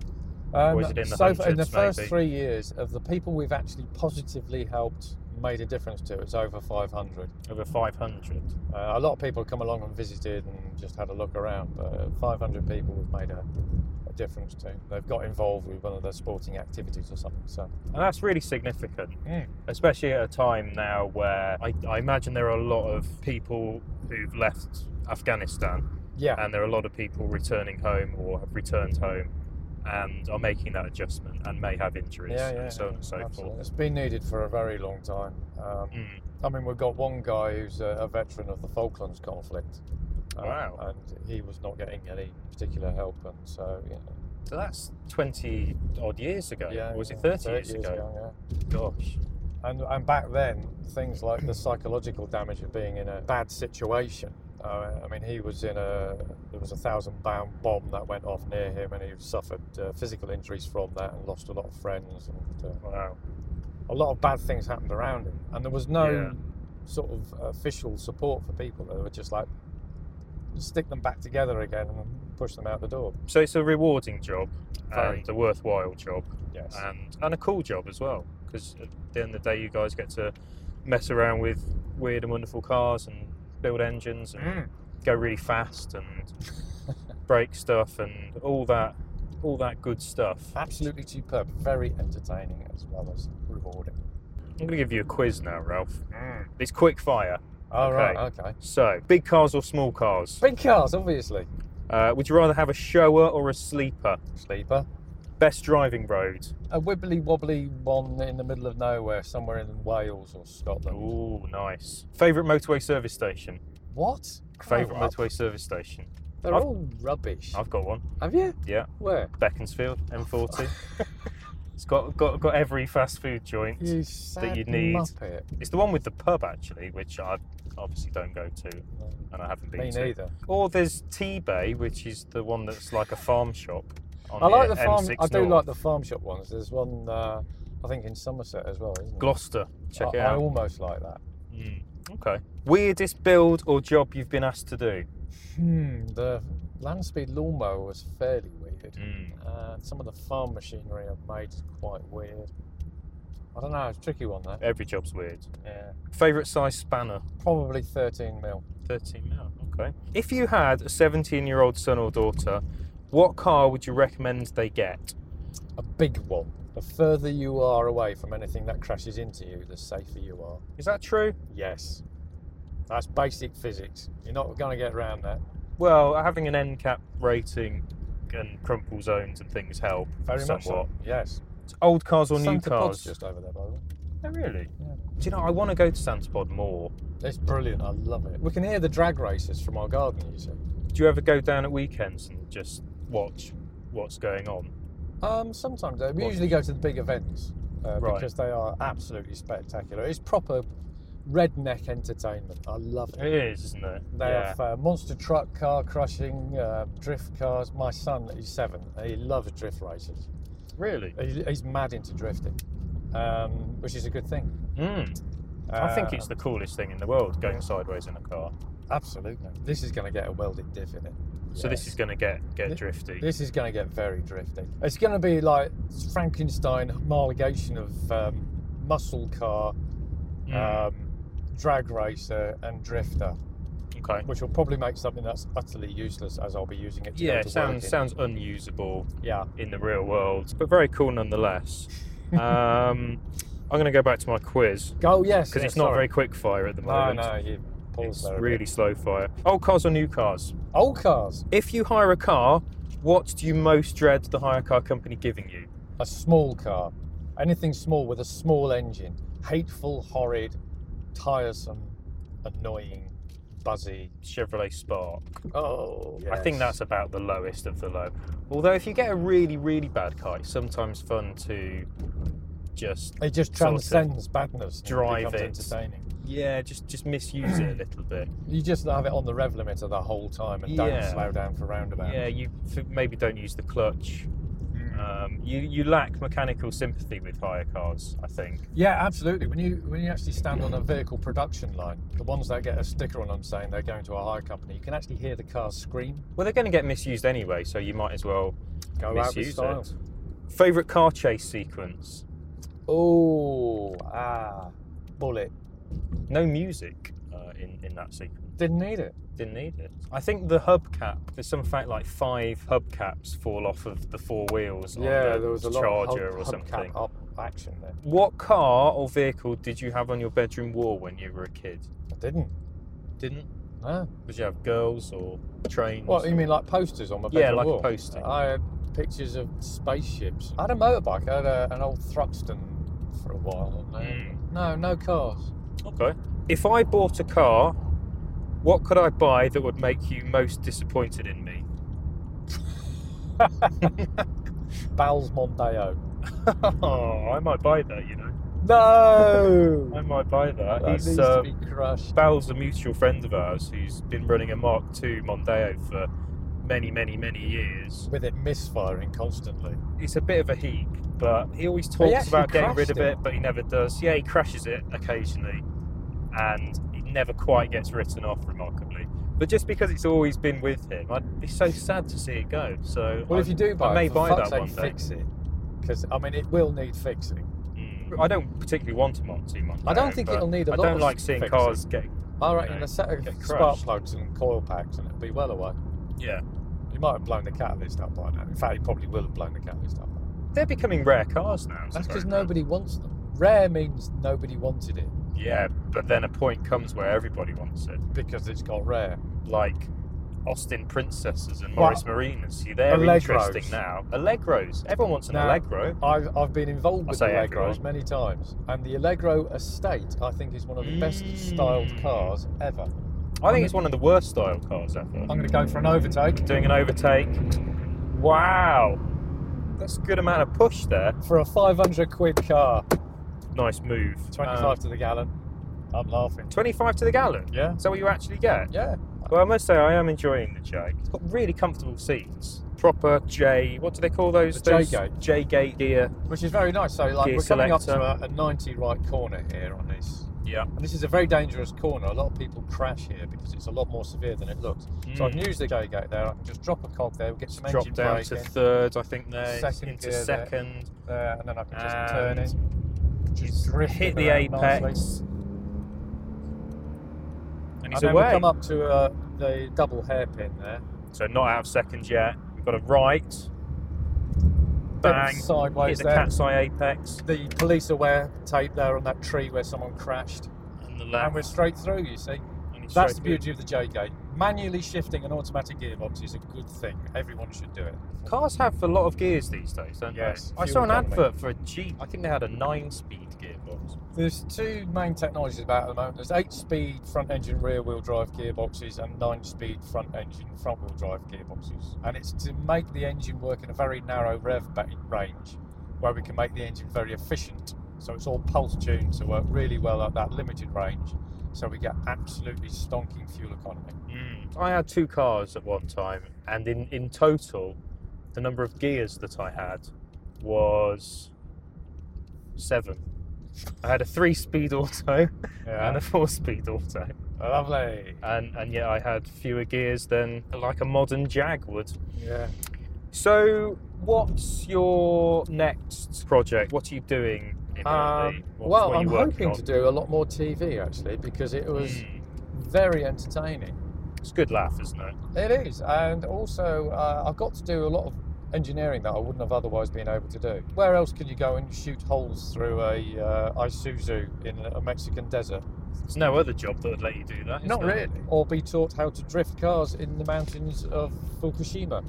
[SPEAKER 2] Um,
[SPEAKER 1] Or is it in the
[SPEAKER 2] so far- in the
[SPEAKER 1] hundreds,
[SPEAKER 2] first
[SPEAKER 1] maybe?
[SPEAKER 2] three years of the people we've actually positively helped, made a difference to, it's over 500.
[SPEAKER 1] Over five hundred.
[SPEAKER 2] Uh, a lot of people come along and visited and just had a look around, but 500 people we've made a, a difference to. They've got involved with one of their sporting activities or something. So
[SPEAKER 1] And that's really significant,
[SPEAKER 2] Mm.
[SPEAKER 1] especially at a time now where I, I imagine there are a lot of people who've left Afghanistan,
[SPEAKER 2] yeah,
[SPEAKER 1] and there are a lot of people returning home or have returned home, and are making that adjustment and may have injuries
[SPEAKER 2] yeah, yeah,
[SPEAKER 1] and so on and so
[SPEAKER 2] absolutely.
[SPEAKER 1] forth.
[SPEAKER 2] It's been needed for a very long time. Um,
[SPEAKER 1] Mm.
[SPEAKER 2] I mean, we've got one guy who's a, a veteran of the Falklands conflict. um,
[SPEAKER 1] Wow.
[SPEAKER 2] And he was not getting any particular help, and so you know,
[SPEAKER 1] So that's 20 odd years ago. or was it 30, years, ago?
[SPEAKER 2] yeah.
[SPEAKER 1] Gosh.
[SPEAKER 2] And, and back then, things like the psychological damage of being in a bad situation. Uh, I mean, he was in a there was a thousand pound bomb that went off near him, and he suffered uh, physical injuries from that, and lost a lot of friends, and uh,
[SPEAKER 1] Wow.
[SPEAKER 2] a lot of bad things happened around him. And there was no
[SPEAKER 1] Yeah.
[SPEAKER 2] sort of official support for people. They were just like stick them back together again and push them out the door.
[SPEAKER 1] So it's a rewarding job
[SPEAKER 2] Very.
[SPEAKER 1] and a worthwhile job
[SPEAKER 2] Yes.
[SPEAKER 1] and, and a cool job as well because at the end of the day, you guys get to mess around with weird and wonderful cars and build engines and
[SPEAKER 2] Mm.
[SPEAKER 1] go really fast and break stuff and all that all that good stuff.
[SPEAKER 2] Absolutely superb. Very entertaining as well as rewarding.
[SPEAKER 1] I'm going to give you a quiz now, Ralph. It's quick fire.
[SPEAKER 2] All right.
[SPEAKER 1] Okay.
[SPEAKER 2] Okay.
[SPEAKER 1] So, big cars or small cars?
[SPEAKER 2] Big cars, obviously.
[SPEAKER 1] Uh, would you rather have a shower or a sleeper?
[SPEAKER 2] Sleeper.
[SPEAKER 1] Best driving road?
[SPEAKER 2] A wibbly wobbly one in the middle of nowhere, somewhere in Wales or Scotland.
[SPEAKER 1] Ooh, nice. Favourite motorway service station?
[SPEAKER 2] What? Grow
[SPEAKER 1] Favourite
[SPEAKER 2] up.
[SPEAKER 1] motorway service station?
[SPEAKER 2] They're
[SPEAKER 1] I've-
[SPEAKER 2] all rubbish.
[SPEAKER 1] I've got one.
[SPEAKER 2] Have you?
[SPEAKER 1] Yeah.
[SPEAKER 2] Where?
[SPEAKER 1] Beaconsfield, M40. it's got, got got every fast food joint.
[SPEAKER 2] You sad
[SPEAKER 1] you need.
[SPEAKER 2] muppet.
[SPEAKER 1] It's the one with the pub, actually, which I obviously don't go to and I haven't been
[SPEAKER 2] Me
[SPEAKER 1] to.
[SPEAKER 2] neither.
[SPEAKER 1] Or there's T Bay, which is the one that's like a farm shop. On
[SPEAKER 2] I like
[SPEAKER 1] the
[SPEAKER 2] the farm.
[SPEAKER 1] M6
[SPEAKER 2] I do
[SPEAKER 1] North.
[SPEAKER 2] like the farm shop ones. There's one, uh, I think, in Somerset as well, isn't it?
[SPEAKER 1] Gloucester. Check
[SPEAKER 2] I,
[SPEAKER 1] it
[SPEAKER 2] I
[SPEAKER 1] out.
[SPEAKER 2] almost like that.
[SPEAKER 1] Mm, Okay. Weirdest build or job you've been asked to do?
[SPEAKER 2] Hmm. The land speed lawnmower was fairly weird.
[SPEAKER 1] Mm.
[SPEAKER 2] Uh, some of the farm machinery I've made is quite weird. I don't know. It's a tricky one there.
[SPEAKER 1] Every job's weird.
[SPEAKER 2] Yeah.
[SPEAKER 1] Favorite size spanner?
[SPEAKER 2] Probably 13 mil.
[SPEAKER 1] 13 now. Okay. If you had a 17 year old son or daughter, what car would you recommend they get?
[SPEAKER 2] A big one. The further you are away from anything that crashes into you, the safer you are.
[SPEAKER 1] Is that true?
[SPEAKER 2] Yes. That's basic physics. You're not going to get around that.
[SPEAKER 1] Well, having an NCAP rating and crumple zones and things help
[SPEAKER 2] Very
[SPEAKER 1] somewhat.
[SPEAKER 2] much so. Yes.
[SPEAKER 1] Old cars or new
[SPEAKER 2] Santa Pod's
[SPEAKER 1] cars?
[SPEAKER 2] just over there, by the way.
[SPEAKER 1] Oh, really?
[SPEAKER 2] Yeah.
[SPEAKER 1] Do you know, I want to go to Santa Pod more.
[SPEAKER 2] It's brilliant. I love it. We can hear the drag races from our garden, you see.
[SPEAKER 1] Do you ever go down at weekends and just watch what's going on?
[SPEAKER 2] Um, sometimes uh, we
[SPEAKER 1] What?
[SPEAKER 2] usually go to the big events uh,
[SPEAKER 1] Right.
[SPEAKER 2] because they are absolutely spectacular. It's proper redneck entertainment. I love it.
[SPEAKER 1] It is, isn't it?
[SPEAKER 2] They have uh, monster truck car crushing, uh, drift cars. My son, he's seven. He loves drift races.
[SPEAKER 1] Really?
[SPEAKER 2] He, he's mad into drifting, um, which is a good thing.
[SPEAKER 1] Mm. I think it's
[SPEAKER 2] Um,
[SPEAKER 1] the coolest thing in the world going sideways in a car.
[SPEAKER 2] absolutely. This is going to get a welded diff in it.
[SPEAKER 1] So this
[SPEAKER 2] Yes.
[SPEAKER 1] is going to get get
[SPEAKER 2] Thi-
[SPEAKER 1] drifty.
[SPEAKER 2] This is going to get very drifty. It's going to be like Frankenstein homologation of um, muscle car,
[SPEAKER 1] Mm,
[SPEAKER 2] um, drag racer, and drifter,
[SPEAKER 1] Hmm. okay.
[SPEAKER 2] which will probably make something that's utterly useless as I'll be using it. To go
[SPEAKER 1] Yeah,
[SPEAKER 2] to
[SPEAKER 1] it sounds
[SPEAKER 2] work in.
[SPEAKER 1] sounds unusable
[SPEAKER 2] Yeah,
[SPEAKER 1] in the real world, but very cool nonetheless. um, I'm going to go back to my quiz
[SPEAKER 2] go Oh, yes
[SPEAKER 1] because
[SPEAKER 2] yeah,
[SPEAKER 1] it's not
[SPEAKER 2] sorry.
[SPEAKER 1] very quick fire at the
[SPEAKER 2] No,
[SPEAKER 1] moment.
[SPEAKER 2] no, you pause
[SPEAKER 1] It's
[SPEAKER 2] there. a bit.
[SPEAKER 1] really slow fire. Old cars or new cars?
[SPEAKER 2] old cars.
[SPEAKER 1] If you hire a car, what do you most dread the hire car company giving you?
[SPEAKER 2] A small car, anything small with a small engine, hateful, horrid, tiresome, annoying, buzzy.
[SPEAKER 1] Chevrolet Spark.
[SPEAKER 2] Oh,
[SPEAKER 1] I think
[SPEAKER 2] yes.
[SPEAKER 1] that's about the lowest of the low. Although if you get a really, really bad car, it's sometimes fun to just
[SPEAKER 2] It just
[SPEAKER 1] sort of
[SPEAKER 2] transcends badness. and
[SPEAKER 1] drive
[SPEAKER 2] becomes
[SPEAKER 1] it.
[SPEAKER 2] entertaining.
[SPEAKER 1] yeah, just just misuse it a little bit.
[SPEAKER 2] You just have it on the rev limiter the whole time and
[SPEAKER 1] Yeah.
[SPEAKER 2] don't slow down for roundabouts. Mm.
[SPEAKER 1] Yeah, you f- maybe don't use the clutch. Um, you you lack mechanical sympathy with hire cars, I think.
[SPEAKER 2] Yeah, absolutely. When you when you actually stand on a vehicle production line, the ones that get a sticker on them saying they're going to a hire company, you can actually hear the car scream,
[SPEAKER 1] Well, they're going to get misused anyway, so you might as well
[SPEAKER 2] go out with
[SPEAKER 1] misuse
[SPEAKER 2] style.
[SPEAKER 1] it. Favorite car chase sequence?
[SPEAKER 2] Oh, ah, bullet.
[SPEAKER 1] No music uh, in in that sequence.
[SPEAKER 2] Didn't need it.
[SPEAKER 1] Didn't need it. I think the hubcap. There's some fact like five hubcaps fall off of the four wheels. on
[SPEAKER 2] yeah,
[SPEAKER 1] the
[SPEAKER 2] there was a lot
[SPEAKER 1] Charger
[SPEAKER 2] of hub,
[SPEAKER 1] or
[SPEAKER 2] hubcap
[SPEAKER 1] something.
[SPEAKER 2] up action there.
[SPEAKER 1] What car or vehicle did you have on your bedroom wall when you were a kid?
[SPEAKER 2] I didn't.
[SPEAKER 1] Didn't?
[SPEAKER 2] No.
[SPEAKER 1] Did you have girls or trains?
[SPEAKER 2] What you mean, like posters on my
[SPEAKER 1] Yeah,
[SPEAKER 2] bedroom
[SPEAKER 1] like a
[SPEAKER 2] wall?
[SPEAKER 1] posting.
[SPEAKER 2] I had pictures of spaceships. I had a motorbike. I had a, an old Thruxton for a while. and, uh,
[SPEAKER 1] Mm.
[SPEAKER 2] No, no cars.
[SPEAKER 1] Okay. If I bought a car, what could I buy that would make you most disappointed in me?
[SPEAKER 2] Bowls Mondeo.
[SPEAKER 1] oh, I might buy that. You know, I
[SPEAKER 2] No,
[SPEAKER 1] might buy that.
[SPEAKER 2] that
[SPEAKER 1] He's,
[SPEAKER 2] needs
[SPEAKER 1] um,
[SPEAKER 2] to be crushed.
[SPEAKER 1] Bal's a mutual friend of ours who's been running a Mark II Mondeo for many, many, many years.
[SPEAKER 2] With it misfiring constantly.
[SPEAKER 1] It's a bit of a heap, but he always
[SPEAKER 2] he
[SPEAKER 1] talks
[SPEAKER 2] actually
[SPEAKER 1] about getting rid of
[SPEAKER 2] crashed
[SPEAKER 1] it.
[SPEAKER 2] it.
[SPEAKER 1] but he never does. Yeah, he crashes it occasionally, and it never quite gets written off, remarkably. But just because it's always been with him, I, it's so sad to see it go. So,
[SPEAKER 2] Well,
[SPEAKER 1] I,
[SPEAKER 2] if you do buy
[SPEAKER 1] I may
[SPEAKER 2] it, for
[SPEAKER 1] buy
[SPEAKER 2] fuck's
[SPEAKER 1] that one
[SPEAKER 2] sake,
[SPEAKER 1] day.
[SPEAKER 2] fix it. Because I mean, it will need fixing.
[SPEAKER 1] Mm, I don't particularly want a Mark II Mondeo.
[SPEAKER 2] I don't think
[SPEAKER 1] but
[SPEAKER 2] it'll need a
[SPEAKER 1] I
[SPEAKER 2] lot
[SPEAKER 1] don't
[SPEAKER 2] of
[SPEAKER 1] like seeing
[SPEAKER 2] fixing.
[SPEAKER 1] cars get.
[SPEAKER 2] I reckon
[SPEAKER 1] Okay.
[SPEAKER 2] a set of
[SPEAKER 1] Get
[SPEAKER 2] spark
[SPEAKER 1] crushed.
[SPEAKER 2] plugs and coil packs, and it'll be well away.
[SPEAKER 1] Yeah,
[SPEAKER 2] You might have blown the catalyst up by now. In fact, you probably will have blown the catalyst up.
[SPEAKER 1] they're becoming rare cars now.
[SPEAKER 2] That's because
[SPEAKER 1] because
[SPEAKER 2] nobody wants them. Rare means nobody wanted it
[SPEAKER 1] Yeah, but then a point comes where everybody wants it,
[SPEAKER 2] because it's got rare.
[SPEAKER 1] like Austin Princesses and
[SPEAKER 2] Well,
[SPEAKER 1] Morris Marinas. See, they're
[SPEAKER 2] Allegros.
[SPEAKER 1] interesting now. Allegros. Everyone wants an
[SPEAKER 2] Now-
[SPEAKER 1] Allegro.
[SPEAKER 2] I've, I've been
[SPEAKER 1] I
[SPEAKER 2] involved with
[SPEAKER 1] say
[SPEAKER 2] Allegros
[SPEAKER 1] Allegro.
[SPEAKER 2] many times, and the Allegro estate I think is one of the best styled
[SPEAKER 1] Mm.
[SPEAKER 2] cars ever.
[SPEAKER 1] I think it's one of the worst style cars ever.
[SPEAKER 2] I'm going to go for an overtake
[SPEAKER 1] Doing an overtake. Wow, that's a good amount of push there.
[SPEAKER 2] for a 500 quid car,
[SPEAKER 1] Nice move.
[SPEAKER 2] 25
[SPEAKER 1] Um,
[SPEAKER 2] to the gallon. Uh, I'm laughing.
[SPEAKER 1] 25 to the gallon.
[SPEAKER 2] Yeah,
[SPEAKER 1] Is that what you actually get?
[SPEAKER 2] yeah.
[SPEAKER 1] Well, I must say I am enjoying the Jag. It's got really comfortable seats. Proper J. What do they call those?
[SPEAKER 2] The
[SPEAKER 1] those
[SPEAKER 2] J-gate.
[SPEAKER 1] J-gate gear.
[SPEAKER 2] Which is very nice. So, like,
[SPEAKER 1] Gear
[SPEAKER 2] we're coming up to
[SPEAKER 1] selector.
[SPEAKER 2] a, a 90 right corner here on this.
[SPEAKER 1] Yeah.
[SPEAKER 2] And this is a very dangerous corner. A lot of people crash here because it's a lot more severe than it looks. So I can use the J gate there. I can just drop a cog there, get some
[SPEAKER 1] Mm-hmm. drop
[SPEAKER 2] engine
[SPEAKER 1] down
[SPEAKER 2] brake
[SPEAKER 1] to
[SPEAKER 2] in,
[SPEAKER 1] third, I think there
[SPEAKER 2] Second
[SPEAKER 1] into
[SPEAKER 2] gear there.
[SPEAKER 1] second.
[SPEAKER 2] there, and then I can just
[SPEAKER 1] And
[SPEAKER 2] turn it. Just drift
[SPEAKER 1] Hit
[SPEAKER 2] it
[SPEAKER 1] the
[SPEAKER 2] around
[SPEAKER 1] apex,
[SPEAKER 2] nicely.
[SPEAKER 1] and
[SPEAKER 2] And
[SPEAKER 1] he's
[SPEAKER 2] then we
[SPEAKER 1] away.
[SPEAKER 2] come up to uh, the double hairpin there.
[SPEAKER 1] So not out of second yet. We've got a right. Bang.
[SPEAKER 2] Bit sideways
[SPEAKER 1] Here's a
[SPEAKER 2] there.
[SPEAKER 1] cat's eye apex.
[SPEAKER 2] The police aware tape there on that tree where someone crashed.
[SPEAKER 1] And the
[SPEAKER 2] And we're straight through, you see. That's the beauty of the J gate. Manually shifting an automatic gearbox is a good thing. Everyone should do it.
[SPEAKER 1] Cars have a lot of gears these days, don't
[SPEAKER 2] Yes,
[SPEAKER 1] they? I
[SPEAKER 2] fuel
[SPEAKER 1] saw an
[SPEAKER 2] economy.
[SPEAKER 1] advert for a Jeep. I think they had a nine-speed gearbox.
[SPEAKER 2] There's two main technologies about at the moment. There's eight speed front engine rear wheel drive gearboxes and nine speed front engine front wheel drive gearboxes. And it's to make the engine work in a very narrow rev ba- range where we can make the engine very efficient So it's all pulse tuned to work really well at that limited range. So we get absolutely stonking fuel economy. Hmm.
[SPEAKER 1] Mm. I had two cars at one time, and in, in total, the number of gears that I had was seven. I had a three speed auto and
[SPEAKER 2] Yeah,
[SPEAKER 1] a four speed auto,
[SPEAKER 2] lovely.
[SPEAKER 1] and, and yet I had fewer gears than like a modern Jag would.
[SPEAKER 2] Yeah.
[SPEAKER 1] So, what's your next project? What are you doing? imminently?
[SPEAKER 2] Um,
[SPEAKER 1] What's-
[SPEAKER 2] well,
[SPEAKER 1] what are
[SPEAKER 2] I'm
[SPEAKER 1] you working
[SPEAKER 2] hoping
[SPEAKER 1] on?
[SPEAKER 2] to do a lot more TV actually because it was
[SPEAKER 1] Mm.
[SPEAKER 2] very entertaining.
[SPEAKER 1] It's a good laugh, isn't it?
[SPEAKER 2] It is, and also uh, I've got to do a lot of engineering that I wouldn't have otherwise been able to do. Where else can you go and shoot holes through a uh, Isuzu in a Mexican desert?
[SPEAKER 1] There's no other job that would let you do that. is
[SPEAKER 2] Not
[SPEAKER 1] there?
[SPEAKER 2] really. Or be taught how to drift cars in the mountains of Fukushima.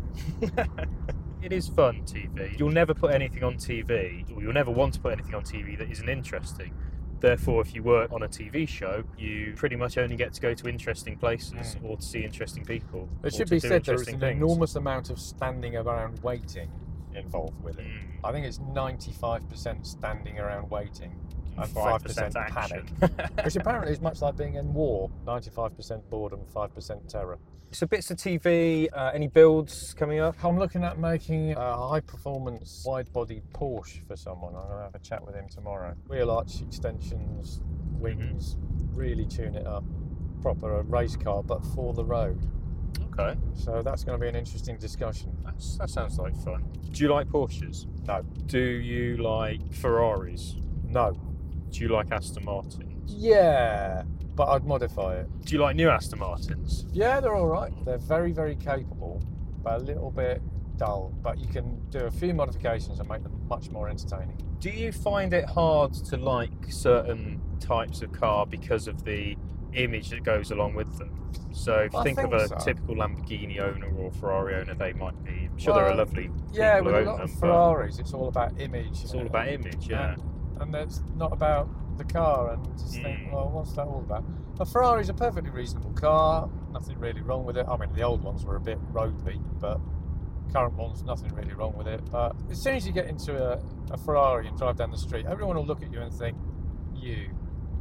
[SPEAKER 1] It is fun TV. You'll never put anything on TV, or you'll never want to put anything on TV that isn't interesting. Therefore, if you work on a TV show, you pretty much only get to go to interesting places or to see interesting people. or
[SPEAKER 2] Mm. It should
[SPEAKER 1] to
[SPEAKER 2] be
[SPEAKER 1] do
[SPEAKER 2] said there's
[SPEAKER 1] interesting
[SPEAKER 2] an
[SPEAKER 1] things.
[SPEAKER 2] enormous amount of standing around waiting involved with it.
[SPEAKER 1] Mm.
[SPEAKER 2] I think it's 95% standing around waiting,
[SPEAKER 1] And
[SPEAKER 2] 5%
[SPEAKER 1] 5% action.
[SPEAKER 2] which apparently is much like being in war 95% boredom, 5% terror.
[SPEAKER 3] So bits of TV. Uh, any builds coming up?
[SPEAKER 2] I'm looking at making a high performance wide body Porsche for someone. I'm going to have a chat with him tomorrow. Wheel arch extensions, wings, really tune it up. Proper a race car, but for the road.
[SPEAKER 1] okay,
[SPEAKER 2] So that's going to be an interesting discussion.
[SPEAKER 1] That's, that sounds like fun. Do you like Porsches?
[SPEAKER 2] No.
[SPEAKER 1] Do you like Ferraris?
[SPEAKER 2] No.
[SPEAKER 1] Do you like Aston Martins?
[SPEAKER 2] Yeah, but I'd modify it.
[SPEAKER 1] Do you like new Aston Martins?
[SPEAKER 2] Yeah, they're all right. They're very, very capable, but a little bit dull. But you can do a few modifications and make them much more entertaining.
[SPEAKER 1] Do you find it hard to like certain types of car because of the image that goes along with them? So, if you
[SPEAKER 2] I
[SPEAKER 1] think, of
[SPEAKER 2] think
[SPEAKER 1] a
[SPEAKER 2] so.
[SPEAKER 1] typical Lamborghini owner or Ferrari owner, they might be. I'm sure they're a
[SPEAKER 2] Well,
[SPEAKER 1] lovely.
[SPEAKER 2] Yeah,
[SPEAKER 1] people
[SPEAKER 2] with
[SPEAKER 1] who
[SPEAKER 2] a
[SPEAKER 1] own
[SPEAKER 2] lot of
[SPEAKER 1] them, but
[SPEAKER 2] Ferraris, it's all about image.
[SPEAKER 1] It's all about image, yeah.
[SPEAKER 2] and it's not about the car and just think,
[SPEAKER 1] Mm.
[SPEAKER 2] well, what's that all about? A Ferrari's a perfectly reasonable car, nothing really wrong with it. I mean, the old ones were a bit roadly, but current ones, nothing really wrong with it. But as soon as you get into a, a Ferrari and drive down the street, everyone will look at you and think, you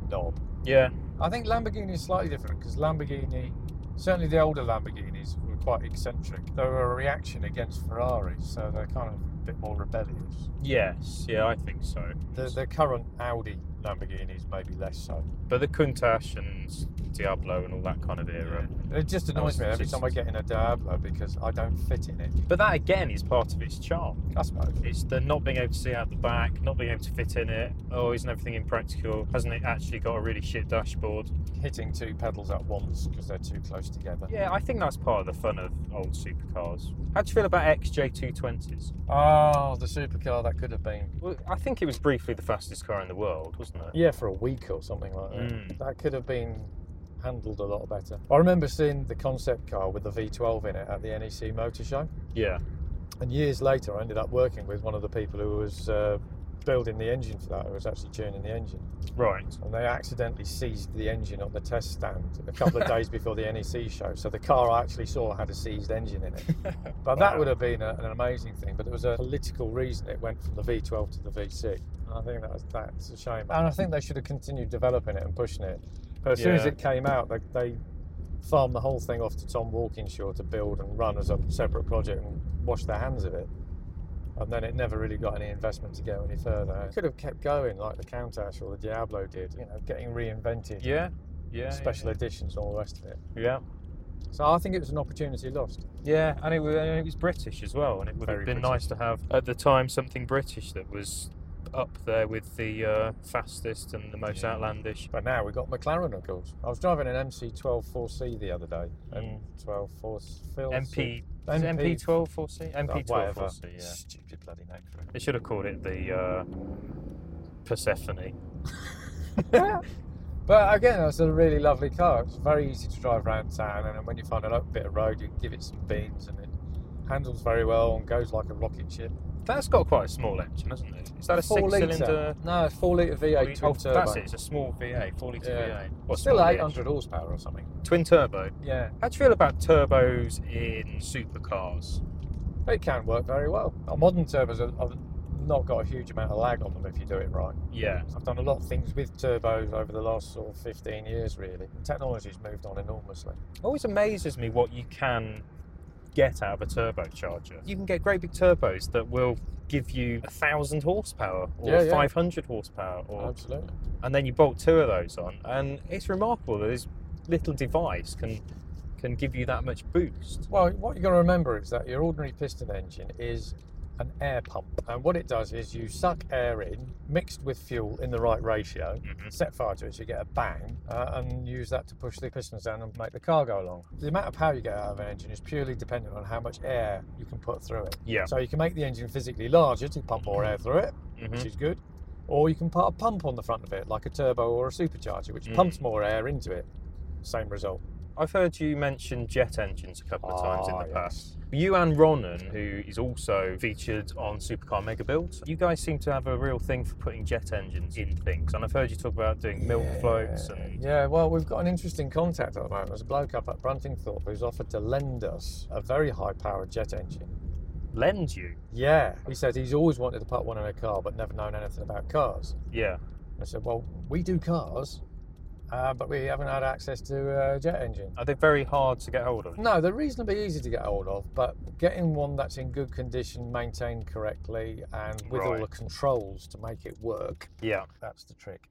[SPEAKER 2] knob.
[SPEAKER 1] Yeah.
[SPEAKER 2] I think Lamborghini is slightly different because Lamborghini, certainly the older Lamborghinis, were quite eccentric. They were a reaction against Ferraris, so they're kind of a bit more rebellious.
[SPEAKER 1] Yes. Yeah, I think so.
[SPEAKER 2] The, the current Audi Lamborghinis maybe less so.
[SPEAKER 1] But the Countach and Diablo and all that kind of era.
[SPEAKER 2] It just annoys
[SPEAKER 1] was
[SPEAKER 2] me every
[SPEAKER 1] just-
[SPEAKER 2] time I get in a Diablo because I don't fit in it.
[SPEAKER 1] But that again is part of its charm.
[SPEAKER 2] I suppose.
[SPEAKER 1] It's the not being able to see out the back, not being able to fit in it. Oh, isn't everything impractical? Hasn't it actually got a really shit dashboard?
[SPEAKER 2] Hitting two pedals at once because they're too close together.
[SPEAKER 1] Yeah, I think that's part of the fun of old supercars. How do you feel about XJ220s?
[SPEAKER 2] Oh, the supercar that could have been.
[SPEAKER 1] Well, I think it was briefly the fastest car in the world, wasn't it?
[SPEAKER 2] Yeah, for a week or something like that.
[SPEAKER 1] Mm.
[SPEAKER 2] That could have been handled a lot better. I remember seeing the concept car with the V12 in it at the NEC Motor Show.
[SPEAKER 1] Yeah.
[SPEAKER 2] And years later, I ended up working with one of the people who was uh, building the engine for that, who was actually tuning the engine.
[SPEAKER 1] Right.
[SPEAKER 2] and they accidentally seized the engine on the test stand a couple of days before the NEC show. So the car I actually saw had a seized engine in it. But that
[SPEAKER 1] Wow.
[SPEAKER 2] would have been a, an amazing thing. But there was a political reason it went from the V12 to the V6. And I think that's that's a shame. And I think they should have continued developing it and pushing it. But as soon as
[SPEAKER 1] Yeah.
[SPEAKER 2] it came out, they, they farmed the whole thing off to Tom Walkinshaw to build and run as a separate project and washed their hands of it. And then it never really got any investment to go any further. It could have kept going like the Countach or the Diablo did, you know, getting reinvented,
[SPEAKER 1] Yeah. Yeah.
[SPEAKER 2] special editions and all the rest of it.
[SPEAKER 1] Yeah.
[SPEAKER 2] So I think it was an opportunity lost.
[SPEAKER 1] Yeah, and it was, and it was British as well, and it would
[SPEAKER 2] Very
[SPEAKER 1] have been
[SPEAKER 2] British.
[SPEAKER 1] nice to have at the time something British that was up there with the uh, fastest and the most
[SPEAKER 2] Yeah.
[SPEAKER 1] outlandish.
[SPEAKER 2] But now we've got McLaren, of course. I was driving an MC12 4C the other day.
[SPEAKER 1] Mm.
[SPEAKER 2] M12 4C.
[SPEAKER 1] MP,
[SPEAKER 2] MP,
[SPEAKER 1] MP twelve four C, MP twelve
[SPEAKER 2] "Oh, whatever.
[SPEAKER 1] four C. Yeah,
[SPEAKER 2] Stupid bloody name for it.
[SPEAKER 1] they should have called it the uh, Persephone.
[SPEAKER 2] But again, it's a really lovely car. It's very easy to drive around town, and then when you find a lo- bit of road, you give it some beans, and it handles very well and goes like a rocket ship.
[SPEAKER 1] That's got quite a small engine, hasn't it? Is that a
[SPEAKER 2] Four litre.
[SPEAKER 1] six-cylinder?
[SPEAKER 2] No, it's four litre
[SPEAKER 1] Oh,
[SPEAKER 2] V8 twin turbo.
[SPEAKER 1] that's it. It's a small VA, four-liter
[SPEAKER 2] Yeah.
[SPEAKER 1] VA. Well,
[SPEAKER 2] Still
[SPEAKER 1] small
[SPEAKER 2] 800 horsepower or something.
[SPEAKER 1] VA. twin turbo.
[SPEAKER 2] Yeah,
[SPEAKER 1] How do you feel about turbos in supercars?
[SPEAKER 2] they can work very well. Now, modern turbos are, are not got a huge amount of lag on them if you do it right.
[SPEAKER 1] Yeah.
[SPEAKER 2] I've done a lot of things with turbos over the last sort of 15 years, really. Technology's moved on enormously.
[SPEAKER 1] Always amazes me what you can get out of a turbocharger. You can get great big turbos that will give you a thousand horsepower or
[SPEAKER 2] Yeah, yeah.
[SPEAKER 1] 500 horsepower, or,
[SPEAKER 2] Absolutely.
[SPEAKER 1] and then you bolt two of those on, and it's remarkable that this little device can can give you that much boost.
[SPEAKER 2] Well, what you've got to remember is that your ordinary piston engine is an air pump. And what it does is you suck air in, mixed with fuel in the right ratio,
[SPEAKER 1] Mhm.
[SPEAKER 2] set fire to it, so you get a bang, uh, and use that to push the pistons down and make the car go along. The amount of power you get out of an engine is purely dependent on how much air you can put through it.
[SPEAKER 1] Yeah.
[SPEAKER 2] So you can make the engine physically larger to pump more air through it,
[SPEAKER 1] Mhm.
[SPEAKER 2] which is good. Or you can put a pump on the front of it, like a turbo or a supercharger, which
[SPEAKER 1] Mm.
[SPEAKER 2] pumps more air into it. Same result.
[SPEAKER 1] I've heard you mention jet engines a couple of times in
[SPEAKER 2] Ah,
[SPEAKER 1] the
[SPEAKER 2] yes.
[SPEAKER 1] past. You and Ronan, who is also featured on Supercar Mega Build, you guys seem to have a real thing for putting jet engines in things. And I've heard you talk about doing milk floats and
[SPEAKER 2] Yeah, well, we've got an interesting contact at the moment. There's a bloke up at Bruntingthorpe who's offered to lend us a very high powered jet engine.
[SPEAKER 1] lend you.
[SPEAKER 2] Yeah. He said he's always wanted to put one in a car but never known anything about cars.
[SPEAKER 1] Yeah.
[SPEAKER 2] I said, well, we do cars, uh, but we haven't had access to a jet engine.
[SPEAKER 1] Are they very hard to get hold of?
[SPEAKER 2] No, they're reasonably easy to get hold of, but getting one that's in good condition, maintained correctly, and with all
[SPEAKER 1] Right.
[SPEAKER 2] the controls to make it work,
[SPEAKER 1] Yeah.
[SPEAKER 2] that's the trick.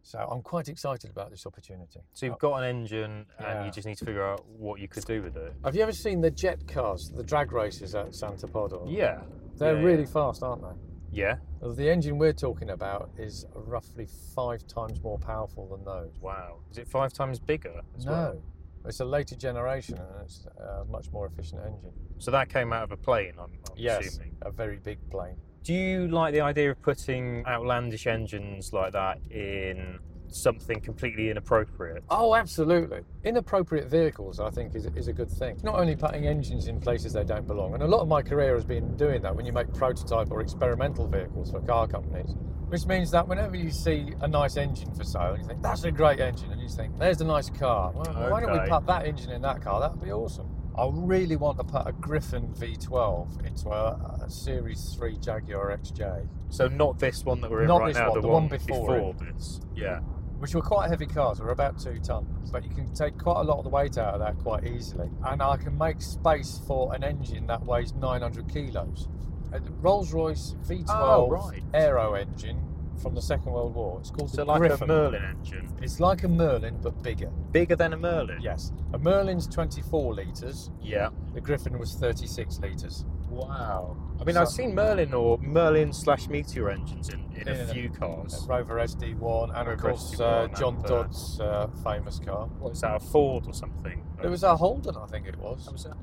[SPEAKER 2] So I'm quite excited about this opportunity.
[SPEAKER 1] So you've got an engine and
[SPEAKER 2] Uh, Yeah.
[SPEAKER 1] you just need to figure out what you could do with it.
[SPEAKER 2] Have you ever seen the jet cars, the drag races at Santa Podo?
[SPEAKER 1] Yeah.
[SPEAKER 2] They're
[SPEAKER 1] yeah,
[SPEAKER 2] really
[SPEAKER 1] yeah.
[SPEAKER 2] fast, aren't they?
[SPEAKER 1] Yeah.
[SPEAKER 2] Well, The engine we're talking about is roughly five times more powerful than those.
[SPEAKER 1] Wow. Is it five times bigger? As
[SPEAKER 2] no.
[SPEAKER 1] Well?
[SPEAKER 2] It's a later generation and it's a much more efficient engine.
[SPEAKER 1] So that came out of a plane, I'm, I'm assuming.
[SPEAKER 2] A very big plane.
[SPEAKER 1] Do you like the idea of putting outlandish engines like that in something completely inappropriate?
[SPEAKER 2] Oh, absolutely. Inappropriate vehicles, I think, is, is a good thing. Not only putting engines in places they don't belong, and a lot of my career has been doing that when you make prototype or experimental vehicles for car companies, which means that whenever you see a nice engine for sale and you think, that's a great engine, and you think, there's a nice car, well, why don't
[SPEAKER 1] Okay.
[SPEAKER 2] we put that engine in that car? That would be awesome. I really want to put a Griffin V12 into a, a Series 3 Jaguar XJ,
[SPEAKER 1] So not this one that we're in
[SPEAKER 2] Not
[SPEAKER 1] right
[SPEAKER 2] this
[SPEAKER 1] now,
[SPEAKER 2] one,
[SPEAKER 1] the
[SPEAKER 2] the one
[SPEAKER 1] one
[SPEAKER 2] before
[SPEAKER 1] before this. Yeah.
[SPEAKER 2] which were quite heavy cars. They're about two tons, but you can take quite a lot of the weight out of that quite easily. And I can make space for an engine that weighs 900 kilos. A Rolls Royce V12
[SPEAKER 1] Oh, right.
[SPEAKER 2] aero engine from the Second World War. It's called
[SPEAKER 1] So
[SPEAKER 2] the
[SPEAKER 1] like a
[SPEAKER 2] Griffin.
[SPEAKER 1] Merlin engine,
[SPEAKER 2] It's like a Merlin but bigger.
[SPEAKER 1] bigger than a Merlin.
[SPEAKER 2] Yes, a Merlin's 24 liters.
[SPEAKER 1] Yeah.
[SPEAKER 2] The Griffin was 36 liters.
[SPEAKER 1] Wow. I mean,
[SPEAKER 2] So-
[SPEAKER 1] I've seen Merlin or Merlin slash Meteor engines in, in
[SPEAKER 2] Yeah,
[SPEAKER 1] a
[SPEAKER 2] yeah.
[SPEAKER 1] few cars.
[SPEAKER 2] Rover SD1, and
[SPEAKER 1] Rover
[SPEAKER 2] of course
[SPEAKER 1] SD1
[SPEAKER 2] uh,
[SPEAKER 1] and,
[SPEAKER 2] John
[SPEAKER 1] uh,
[SPEAKER 2] Dodd's uh, famous car.
[SPEAKER 1] What is that? A Ford or something?
[SPEAKER 2] It was a Holden, I think it was.
[SPEAKER 1] That was a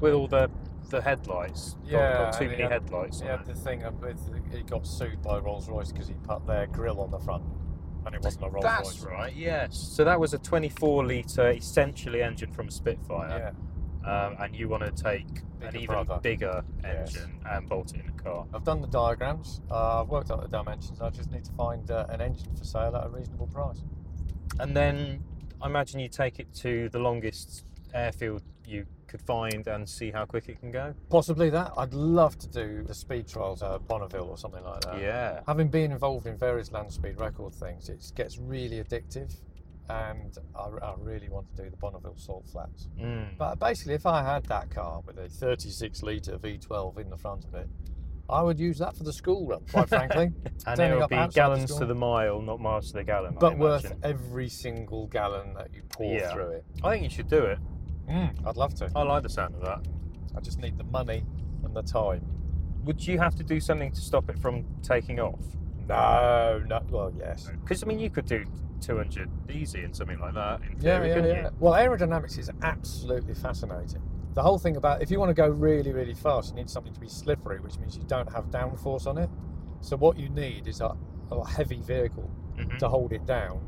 [SPEAKER 1] with all the the headlights. Got-
[SPEAKER 2] Yeah,
[SPEAKER 1] Got too
[SPEAKER 2] and
[SPEAKER 1] many
[SPEAKER 2] he had-
[SPEAKER 1] headlights.
[SPEAKER 2] He
[SPEAKER 1] on
[SPEAKER 2] had the thing up with he got sued by Rolls Royce because he put their grill on the front, and it wasn't a
[SPEAKER 1] it.
[SPEAKER 2] Rolls
[SPEAKER 1] That's
[SPEAKER 2] Royce.
[SPEAKER 1] right. Yes. So that was a 24 liter essentially engine from a Spitfire.
[SPEAKER 2] Yeah,
[SPEAKER 1] um, and you want to take an
[SPEAKER 2] Bigger
[SPEAKER 1] even
[SPEAKER 2] brother.
[SPEAKER 1] bigger
[SPEAKER 2] Yes.
[SPEAKER 1] engine and bolt it in a car.
[SPEAKER 2] I've done the diagrams. Uh, I've worked out the dimensions. I just need to find uh, an engine for sale at a reasonable price.
[SPEAKER 1] And then I imagine you take it to the longest airfield you could find and see how quick it can go.
[SPEAKER 2] Possibly that. I'd love to do the speed trials at Bonneville or something like that.
[SPEAKER 1] yeah.
[SPEAKER 2] Having been involved in various land speed record things, it gets really addictive, and I, I really want to do the Bonneville salt flats.
[SPEAKER 1] Mm.
[SPEAKER 2] But basically, if I had that car with a 36 litre V12 in the front of it, I would use that for the school run, quite frankly.
[SPEAKER 1] And
[SPEAKER 2] turning
[SPEAKER 1] it will
[SPEAKER 2] up
[SPEAKER 1] be
[SPEAKER 2] outside the
[SPEAKER 1] gallons to
[SPEAKER 2] store.
[SPEAKER 1] the mile, not miles to the gallon. I
[SPEAKER 2] but worth
[SPEAKER 1] imagine.
[SPEAKER 2] every single gallon that you pour
[SPEAKER 1] Yeah.
[SPEAKER 2] through it. Mm,
[SPEAKER 1] I think you should do it.
[SPEAKER 2] I'd love to.
[SPEAKER 1] I like the sound of that.
[SPEAKER 2] I just need the money and the time.
[SPEAKER 1] Would you have to do something to stop it from taking off?
[SPEAKER 2] No, no. Well, yes.
[SPEAKER 1] Because I mean, you could do 200 easy and something like that. In
[SPEAKER 2] Yeah,
[SPEAKER 1] theory,
[SPEAKER 2] yeah,
[SPEAKER 1] couldn't
[SPEAKER 2] yeah. Well, aerodynamics is absolutely fascinating. The whole thing about if you want to go really, really fast, you need something to be slippery, which means you don't have downforce on it. So what you need is a, a heavy vehicle
[SPEAKER 1] you? Mhm.
[SPEAKER 2] to hold it down.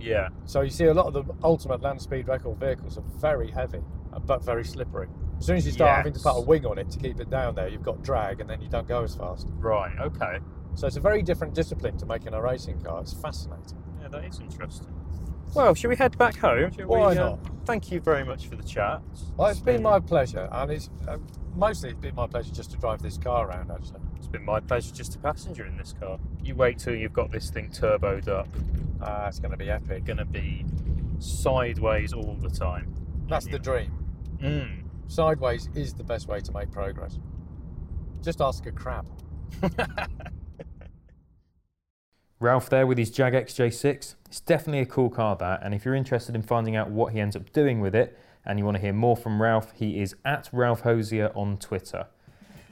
[SPEAKER 1] Yeah.
[SPEAKER 2] So you see a lot of the ultimate land speed record vehicles are very heavy, uh, but very slippery. As soon as you start having to put a
[SPEAKER 1] Yes.
[SPEAKER 2] wing on it to keep it down there, you've got drag, and then you don't go as fast.
[SPEAKER 1] Right. Okay.
[SPEAKER 2] So it's a very different discipline to making a racing car. It's fascinating.
[SPEAKER 1] Yeah, that is interesting. Well, should we head back home? Shall
[SPEAKER 2] Why
[SPEAKER 1] we, uh,
[SPEAKER 2] not?
[SPEAKER 1] thank you very much for the chat.
[SPEAKER 2] Well, it's been my pleasure, and it's uh, mostly it's been my pleasure just to drive this car around. Actually,
[SPEAKER 4] It's been my pleasure just to passenger in this car. You wait till you've got this thing turboed up.
[SPEAKER 2] Ah, it's going to be epic.
[SPEAKER 4] Going to be sideways all the time.
[SPEAKER 2] That's the dream.
[SPEAKER 4] Mm.
[SPEAKER 2] Sideways is the best way to make progress. Just ask a crab.
[SPEAKER 1] Ralph there with his Jag XJ6. It's definitely a cool car, that. And if you're interested in finding out what he ends up doing with it and you want to hear more from Ralph, he is at Ralph Hosier on Twitter.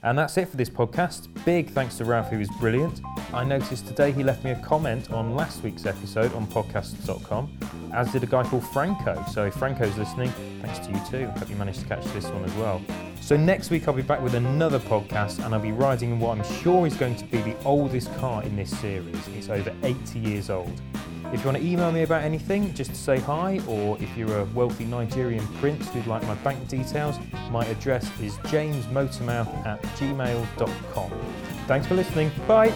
[SPEAKER 1] And that's it for this podcast. Big thanks to Ralph, who was brilliant. I noticed today he left me a comment on last week's episode on podcasts.com, as did a guy called Franco. So if Franco's listening, thanks to you too. Hope you managed to catch this one as well. So next week I'll be back with another podcast and I'll be riding in what I'm sure is going to be the oldest car in this series. It's over 80 years old. If you want to email me about anything, just say hi, or if you're a wealthy Nigerian prince who'd like my bank details, my address is jamesmotormouth at gmail.com. Thanks for listening. Bye.